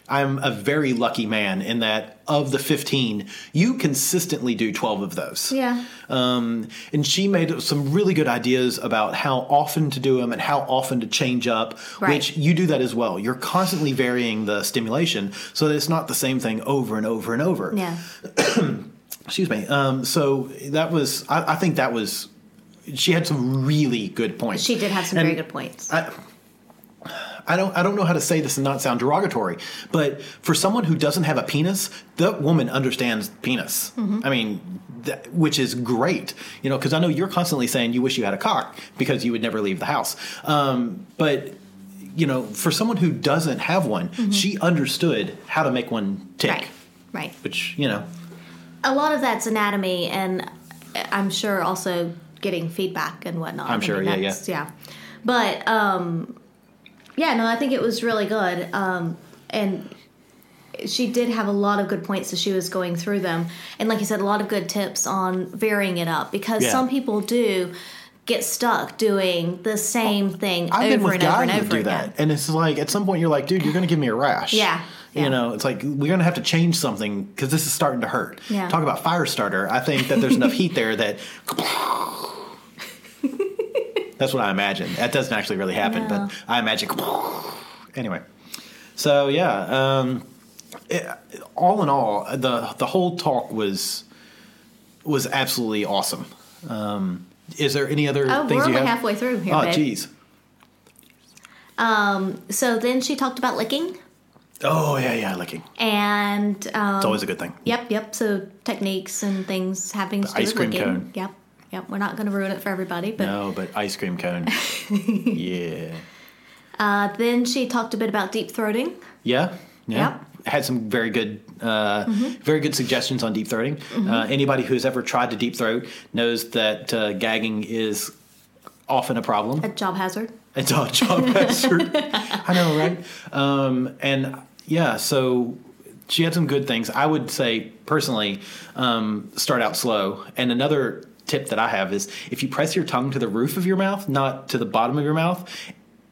S6: I'm a very lucky man in that of the 15, you consistently do 12 of those.
S2: yeah.
S6: Um, and she made some really good ideas about how often to do them and how often to change up,
S2: Right.
S6: which you do that as well. You're constantly varying the stimulation so that it's not the same thing over and over and over.
S2: Yeah.
S6: Excuse me. Um, so that was, I, I think that was, she had some really good points.
S2: She did have some
S6: And
S2: very good points.
S6: I, I don't I don't know how to say this and not sound derogatory, but for someone who doesn't have a penis, that woman understands penis. I mean, that, which is great, you know, because I know you're constantly saying you wish you had a cock because you would never leave the house, um, but. You know, for someone who doesn't have one, she understood how to make one tick,
S2: Right. Right.
S6: which you know,
S2: A lot of that's anatomy, and uh, I'm sure also getting feedback and whatnot.
S6: I'm
S2: I
S6: sure,
S2: mean,
S6: yeah,
S2: that's- yeah. But um, yeah, no, I think it was really good. Um, and she did have a lot of good points as she was going through them, and like you said, a lot of good tips on varying it up because
S6: Yeah.
S2: some people do get stuck doing the same thing
S6: Oh, I've
S2: over
S6: been with
S2: and over
S6: guys
S2: and
S6: that
S2: over
S6: do
S2: again.
S6: that, and it's like at some point you're like, dude, you're gonna give me a rash.
S2: Yeah, yeah.
S6: You know, it's like we're gonna have to change something because this is starting to hurt.
S2: Yeah.
S6: Talk about fire starter. I think that there's enough heat there that. That's what I imagine. That doesn't actually really happen, but I imagine. anyway, so yeah, um, it- all in all, the the whole talk was was absolutely awesome. Um, is there any other
S2: Oh,
S6: things
S2: we're only
S6: you have?
S2: halfway through here,
S6: oh,
S2: babe.
S6: jeez.
S2: So then she talked about licking
S6: Oh yeah, yeah, licking.
S2: and um,
S6: It's always a good thing.
S2: Yep, yep. So techniques and things having to do
S6: ice
S2: with
S6: cream
S2: licking.
S6: cone.
S2: Yep, yep. We're not going to ruin it for everybody, but
S6: No, but ice cream cone. yeah.
S2: uh, then she talked a bit about deep throating.
S6: Yeah. Yeah. Had some very good, uh, very good suggestions on deep throating. Uh, anybody who's ever tried to deep throat knows that uh, gagging is often a problem.
S2: A job hazard.
S6: It's all job hazard. I know, right? Um, and yeah, so she had some good things. I would say personally, um, start out slow. And another tip that I have is if you press your tongue to the roof of your mouth, not to the bottom of your mouth,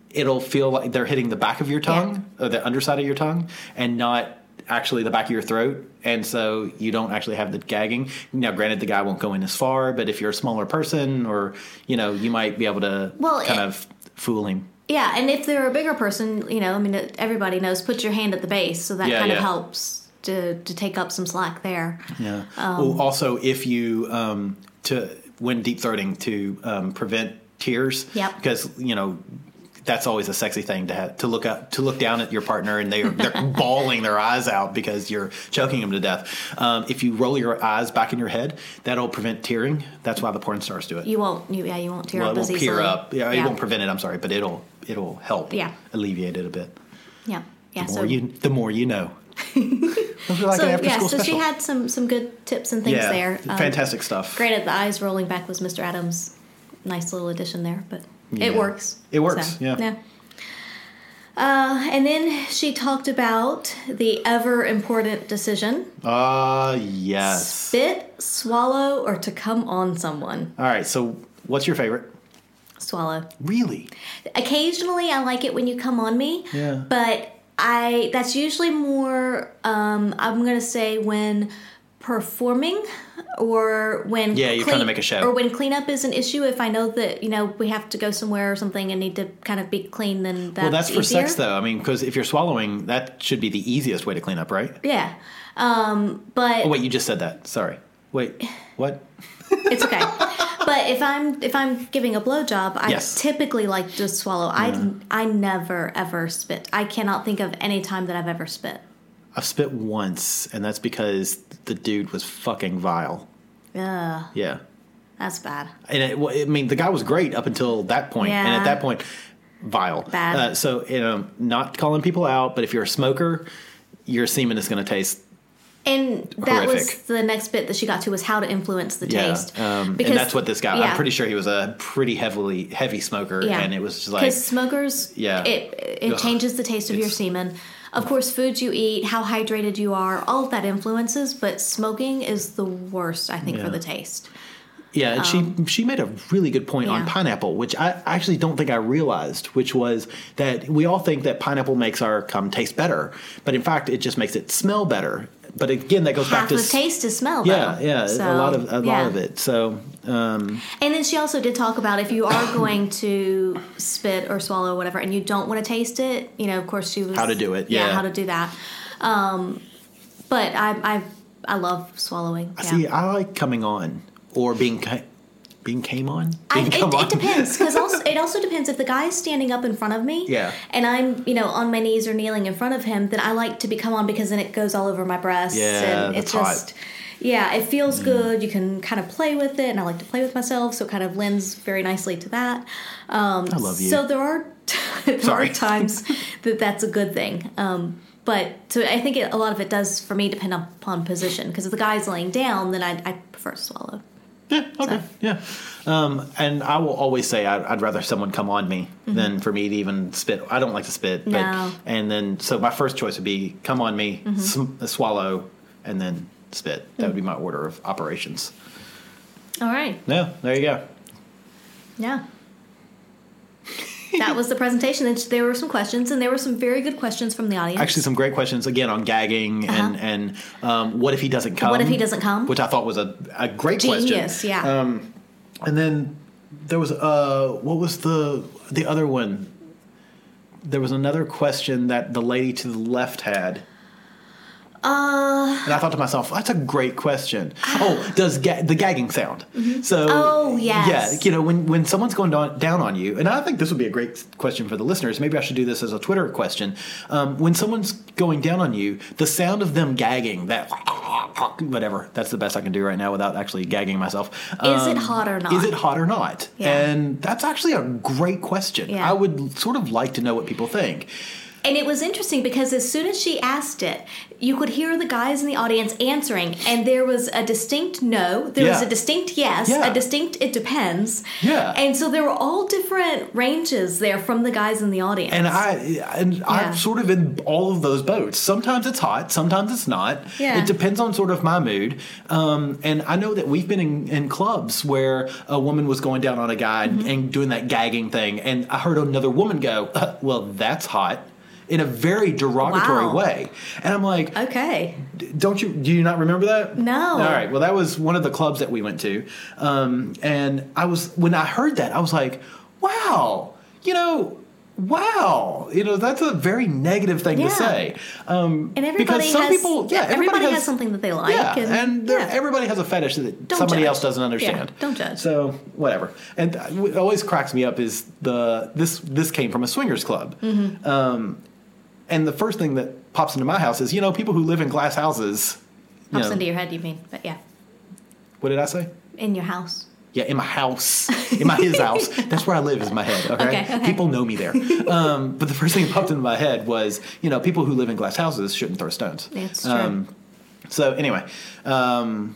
S6: it'll feel like they're hitting the back of your tongue or the underside of your tongue, and not actually the back of your throat. And so you don't actually have the gagging. Now, granted, the guy won't go in as far, but if you're a smaller person, or you know, you might be able to
S2: Well,
S6: kind
S2: it-
S6: of fool him.
S2: Yeah, and if they're a bigger person, you know, I mean, everybody knows put your hand at the base, so that
S6: Yeah,
S2: kind of
S6: yeah.
S2: helps to to take up some slack there.
S6: Yeah.
S2: Um,
S6: oh, also, if you um, to when deep throating to um, prevent tears,
S2: Yep.
S6: because you know that's always a sexy thing to have to look up to look down at your partner and they are they're bawling their eyes out because you're choking them to death. Um, if you roll your eyes back in your head, that'll prevent tearing. That's why the porn stars do it.
S2: You won't, you, yeah, you won't tear
S6: well,
S2: up
S6: it
S2: as
S6: won't
S2: easily.
S6: peer up. Yeah, it won't prevent it. I'm sorry, but it'll it'll help
S2: Yeah.
S6: alleviate it a bit.
S2: Yeah, yeah.
S6: The
S2: So
S6: more you the more you know. Those are like
S2: so
S6: an
S2: yeah, so
S6: after-school
S2: she
S6: special.
S2: had some some good tips and things
S6: yeah,
S2: there. Um,
S6: fantastic stuff.
S2: Granted, the eyes rolling back was Mr. Adams' nice little addition there, but it
S6: Yeah.
S2: works.
S6: It works, yeah.
S2: Uh, and then she talked about the ever important decision:
S6: Ah, yes.
S2: spit, swallow, or to come on someone.
S6: All right. So, what's your favorite?
S2: Swallow.
S6: Really?
S2: Occasionally, I like it when you come on me.
S6: Yeah.
S2: But I that's usually more um, I'm gonna say when performing or when
S6: Yeah, you're trying to make a show.
S2: or when cleanup is an issue. If I know that you know we have to go somewhere or something and need to kind of be clean, then that's
S6: well, that's for
S2: easier.
S6: sex, though. I mean, because if you're swallowing, that should be the easiest way to clean up, right?
S2: Yeah. Um, but
S6: Oh, wait, you just said that. Sorry. Wait, what?
S2: it's okay. But if I'm if I'm giving a blowjob, I
S6: Yes.
S2: typically like to swallow. I I never ever spit. I cannot think of any time that I've ever spit.
S6: I've spit once, and that's because the dude was fucking vile.
S2: Ugh,
S6: Yeah.
S2: that's bad.
S6: And it, well, I mean, the guy was great up until that point, and
S2: Yeah.
S6: at that point, vile.
S2: Bad.
S6: Uh, so, you know, not calling people out, but if you're a smoker, your semen is going to taste
S2: And that was
S6: Horrific.
S2: the next bit that she got to was how to influence the taste.
S6: Um,
S2: Because-
S6: and that's what this guy.
S2: yeah.
S6: I'm pretty sure he was a pretty heavily heavy smoker, and it was just like
S2: because smokers,
S6: Yeah.
S2: it it
S6: Ugh.
S2: changes the taste of your
S6: It's-
S2: semen. Of course, foods you eat, how hydrated you are, all of that influences. But smoking is the worst, I think, for
S6: Yeah.
S2: the taste.
S6: yeah. And she she made a really good point on
S2: Um, yeah.
S6: pineapple, which I actually don't think I realized, which was that we all think that pineapple makes our cum taste better, but in fact, it just makes it smell better. But again, that goes back
S2: Half
S6: to
S2: of
S6: s-
S2: taste is smell.
S6: Yeah,
S2: though.
S6: yeah, a
S2: So,
S6: lot of a
S2: yeah.
S6: lot of it. So
S2: And then she also did talk about if you are going to spit or swallow or whatever, and you don't want to taste it, you know, of course she was
S6: How to do it, yeah.
S2: how to do that. Um, but I I I love swallowing. Yeah.
S6: see, I like coming on or being ki- being came on?
S2: I,
S6: Being
S2: it,
S6: come
S2: it
S6: on?
S2: depends because also it also depends if the guy's standing up in front of me,
S6: Yeah.
S2: and I'm you know on my knees or kneeling in front of him, then I like to be come on because then it goes all over my breasts.
S6: Yeah,
S2: and
S6: that's
S2: it's
S6: hot. Mm.
S2: just yeah, it feels good. You can kind of play with it, and I like to play with myself, so it kind of lends very nicely to that. Um,
S6: I love you.
S2: So there are there
S6: Sorry.
S2: are times that that's a good thing. Um, but so I think it, a lot of it does for me depend upon position because if the guy's laying down, then I, I prefer to swallow.
S6: Okay. Yeah. Um, and I will always say I'd, I'd rather someone come on me than for me to even spit. I don't like to spit. But,
S2: Mm-hmm. No. Mm-hmm.
S6: And then, so my first choice would be come on me, sm- uh, swallow, and then spit. That would be my order of operations.
S2: All right.
S6: No, there you go.
S2: Yeah. that was the presentation. And there were some questions, and there were some very good questions from the audience.
S6: Actually, some great questions again on gagging and and um, what if he doesn't come?
S2: Uh-huh. What if he doesn't come?
S6: Which I thought was a, a great
S2: genius.
S6: question.
S2: Yeah.
S6: And then there was uh, what was the the other one? There was another question that the lady to the left had.
S2: uh, Ah.
S6: And I thought to myself, that's a great question. Oh, does ga- the gagging sound? So,
S2: Oh, yes.
S6: yeah, you know, when when someone's going down, down on you, and I think this would be a great question for the listeners. Maybe I should do this as a Twitter question. Um, when someone's going down on you, the sound of them gagging that. Whatever. That's the best I can do right now without actually gagging myself.
S2: Is it hot or not?
S6: um, Is it hot or not?
S2: Yeah.
S6: And that's actually a great question.
S2: Yeah.
S6: I would sort of like to know what people think.
S2: and it was interesting because as soon as she asked it, you could hear the guys in the audience answering, and there was a distinct no, there was
S6: Yeah.
S2: a distinct yes,
S6: Yeah.
S2: a distinct it depends.
S6: Yeah.
S2: And so there were all different ranges there from the guys in the audience.
S6: And I and
S2: Yeah.
S6: I'm sort of in all of those boats. Sometimes it's hot, sometimes it's not.
S2: Yeah.
S6: It depends on sort of my mood. Um, and I know that we've been in, in clubs where a woman was going down on a guy and,
S2: Mm-hmm.
S6: and doing that gagging thing, and I heard another woman go, "Uh, "Well, that's hot," in a very derogatory
S2: Wow.
S6: way. And I'm like,
S2: okay.
S6: don't you do you not remember that
S2: No.
S6: all right well that was one of the clubs that we went to um, and i was when i heard that i was like wow you know wow you know that's a very negative thing
S2: Yeah.
S6: to say um,
S2: And everybody
S6: because some
S2: has-
S6: people
S2: yeah,
S6: yeah everybody,
S2: everybody has something that they like
S6: yeah,
S2: and-
S6: and, there
S2: yeah.
S6: everybody has a fetish that
S2: Don't
S6: somebody
S2: judge.
S6: else doesn't understand
S2: Yeah, don't judge.
S6: so whatever and th- what always cracks me up is the this this came from a swingers club
S2: Mm-hmm.
S6: Um, and the first thing that pops into my house is you know people who live in glass houses you
S2: Pops
S6: know,
S2: into your head, you mean? But yeah,
S6: what did I say?
S2: in your house.
S6: Yeah, in my house, in my his house. That's where I live. Is my head. Okay,
S2: Okay, okay.
S6: people know me there. Um, but the first thing that popped into my head was, you know, people who live in glass houses shouldn't throw stones. Um,
S2: It's true.
S6: so anyway, um,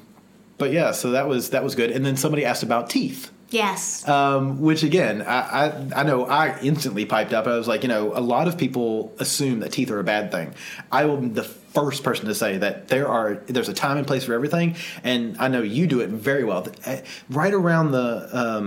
S6: but yeah, so that was that was good. And then somebody asked about teeth.
S2: yes.
S6: Um, which again, I, I I know I instantly piped up. I was like, you know, a lot of people assume that teeth are a bad thing. I will be the first person to say that there are there's a time and place for everything, and I know you do it very well. Uh, Right around the um,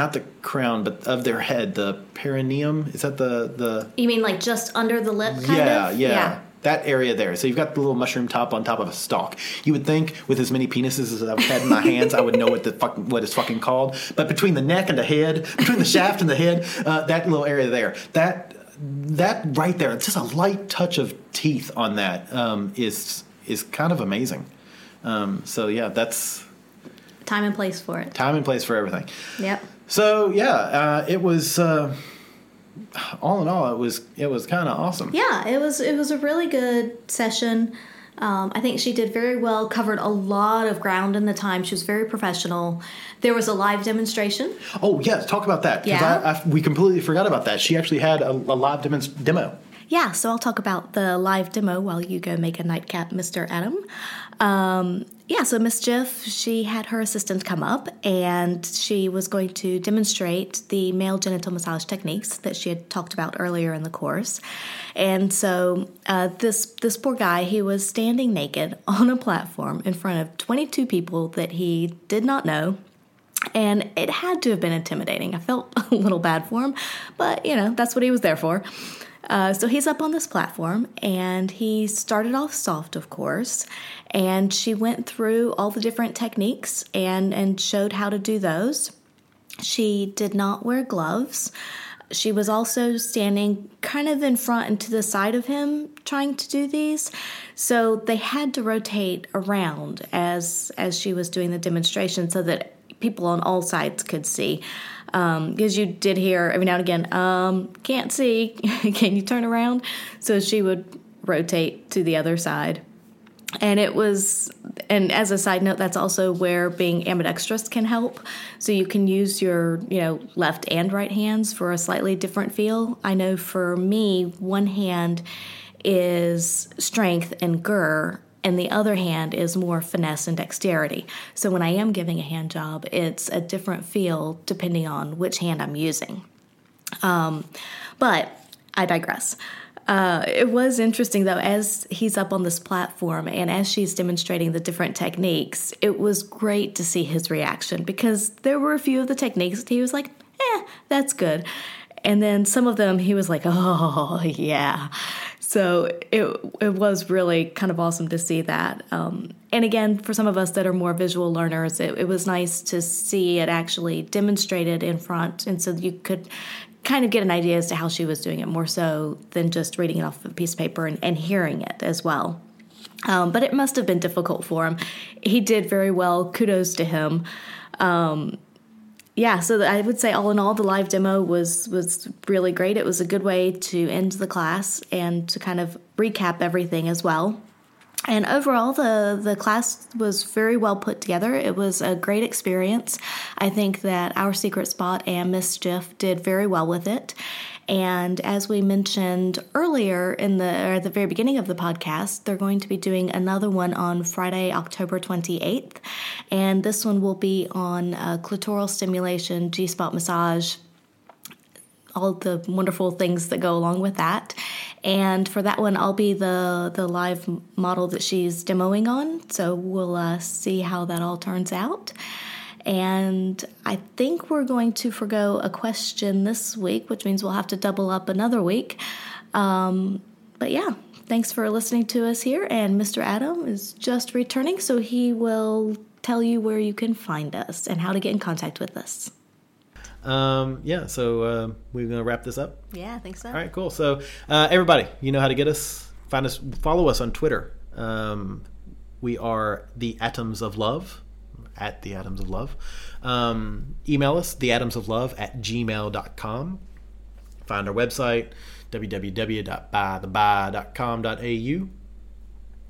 S6: not the crown, but of their head, the perineum. Is that the the
S2: you mean like just under the lip, kind
S6: yeah,
S2: of?
S6: yeah. That area there. So you've got the little mushroom top on top of a stalk. You would think with as many penises as I've had in my hands, I would know what the fuck, what it's fucking called. But between the neck and the head, between the shaft and the head, uh, that little area there, that that right there, just a light touch of teeth on that um, is is kind of amazing. Um, so yeah, that's
S2: Time and place for it.
S6: time and place for everything.
S2: Yep.
S6: So yeah, uh, it was uh, all in all, it was it was kind of awesome.
S2: Yeah, it was it was a really good session. Um, I think she did very well, covered a lot of ground in the time. She was very professional. There was a live demonstration.
S6: Oh yes, talk about that because
S2: Yeah.
S6: I, I, we completely forgot about that. She actually had a, a live demo. demo.
S2: Yeah, so I'll talk about the live demo while you go make a nightcap, Mr. Adam. Um, yeah, so Miss Jiff, she had her assistant come up and she was going to demonstrate the male genital massage techniques that she had talked about earlier in the course. And so uh, this this poor guy, he was standing naked on a platform in front of 22 people that he did not know and it had to have been intimidating. I felt a little bad for him, but you know, that's what he was there for. Uh, so he's up on this platform and he started off soft, of course. And she went through all the different techniques and, and showed how to do those. She did not wear gloves. She was also standing kind of in front and to the side of him trying to do these. So they had to rotate around as as she was doing the demonstration so that people on all sides could see. Because you did hear every now and again, um, can't see, can you turn around? So she would rotate to the other side. And it was, and as a side note, that's also where being ambidextrous can help. So you can use your, you know, left and right hands for a slightly different feel. I know for me, one hand is strength and gur, and the other hand is more finesse and dexterity. So when I am giving a hand job, it's a different feel depending on which hand I'm using. Um, but I digress. Uh, it was interesting though, as he's up on this platform and as she's demonstrating the different techniques, it was great to see his reaction because there were a few of the techniques that he was like, eh, that's good. And then some of them he was like, oh, yeah. So it, it was really kind of awesome to see that. Um, and again, for some of us that are more visual learners, it, it was nice to see it actually demonstrated in front. And so you could kind of get an idea as to how she was doing it more so than just reading it off of a piece of paper and, and hearing it as well. Um, but it must have been difficult for him. He did very well. Kudos to him. Um, yeah, so I would say all in all, the live demo was was really great. It was a good way to end the class and to kind of recap everything as well. And overall, the, the class was very well put together. It was a great experience. I think that Our Secret Spot and Mischief did very well with it. And as we mentioned earlier in the or at the very beginning of the podcast, they're going to be doing another one on Friday, October 28th. And this one will be on uh, clitoral stimulation, G spot massage, all the wonderful things that go along with that. And for that one, I'll be the the live model that she's demoing on. So we'll uh, see how that all turns out. And I think we're going to forego a question this week, which means we'll have to double up another week. Um, but yeah, thanks for listening to us here. And Mr. Adam is just returning, so he will tell you where you can find us and how to get in contact with us.
S6: Um, yeah, so uh, we're going to wrap this up.
S2: Yeah, I think so.
S6: All right, cool. So, uh, everybody, you know how to get us. Find us, follow us on Twitter. Um, we are the Atoms of Love, at the Atoms of Love. Um, email us, the Atoms of Love at gmail.com. Find our website, www.bytheby.com.au.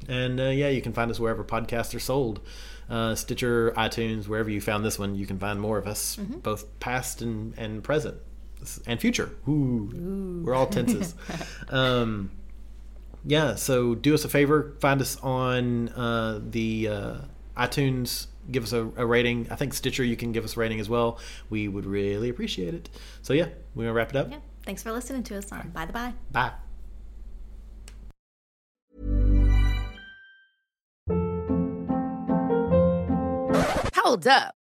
S6: And uh, yeah, you can find us wherever podcasts are sold. Uh, Stitcher, iTunes, wherever you found this one, you can find more of us, both past and, and present This- and future. Ooh, We're all tenses. um, yeah, so do us a favor. Find us on uh, the uh, iTunes. Give us a, a rating. I think Stitcher, you can give us a rating as well. We would really appreciate it. So yeah, we're going to wrap it up.
S2: Yeah, thanks for listening to us on By the Bye.
S6: Bye.
S1: Hold up.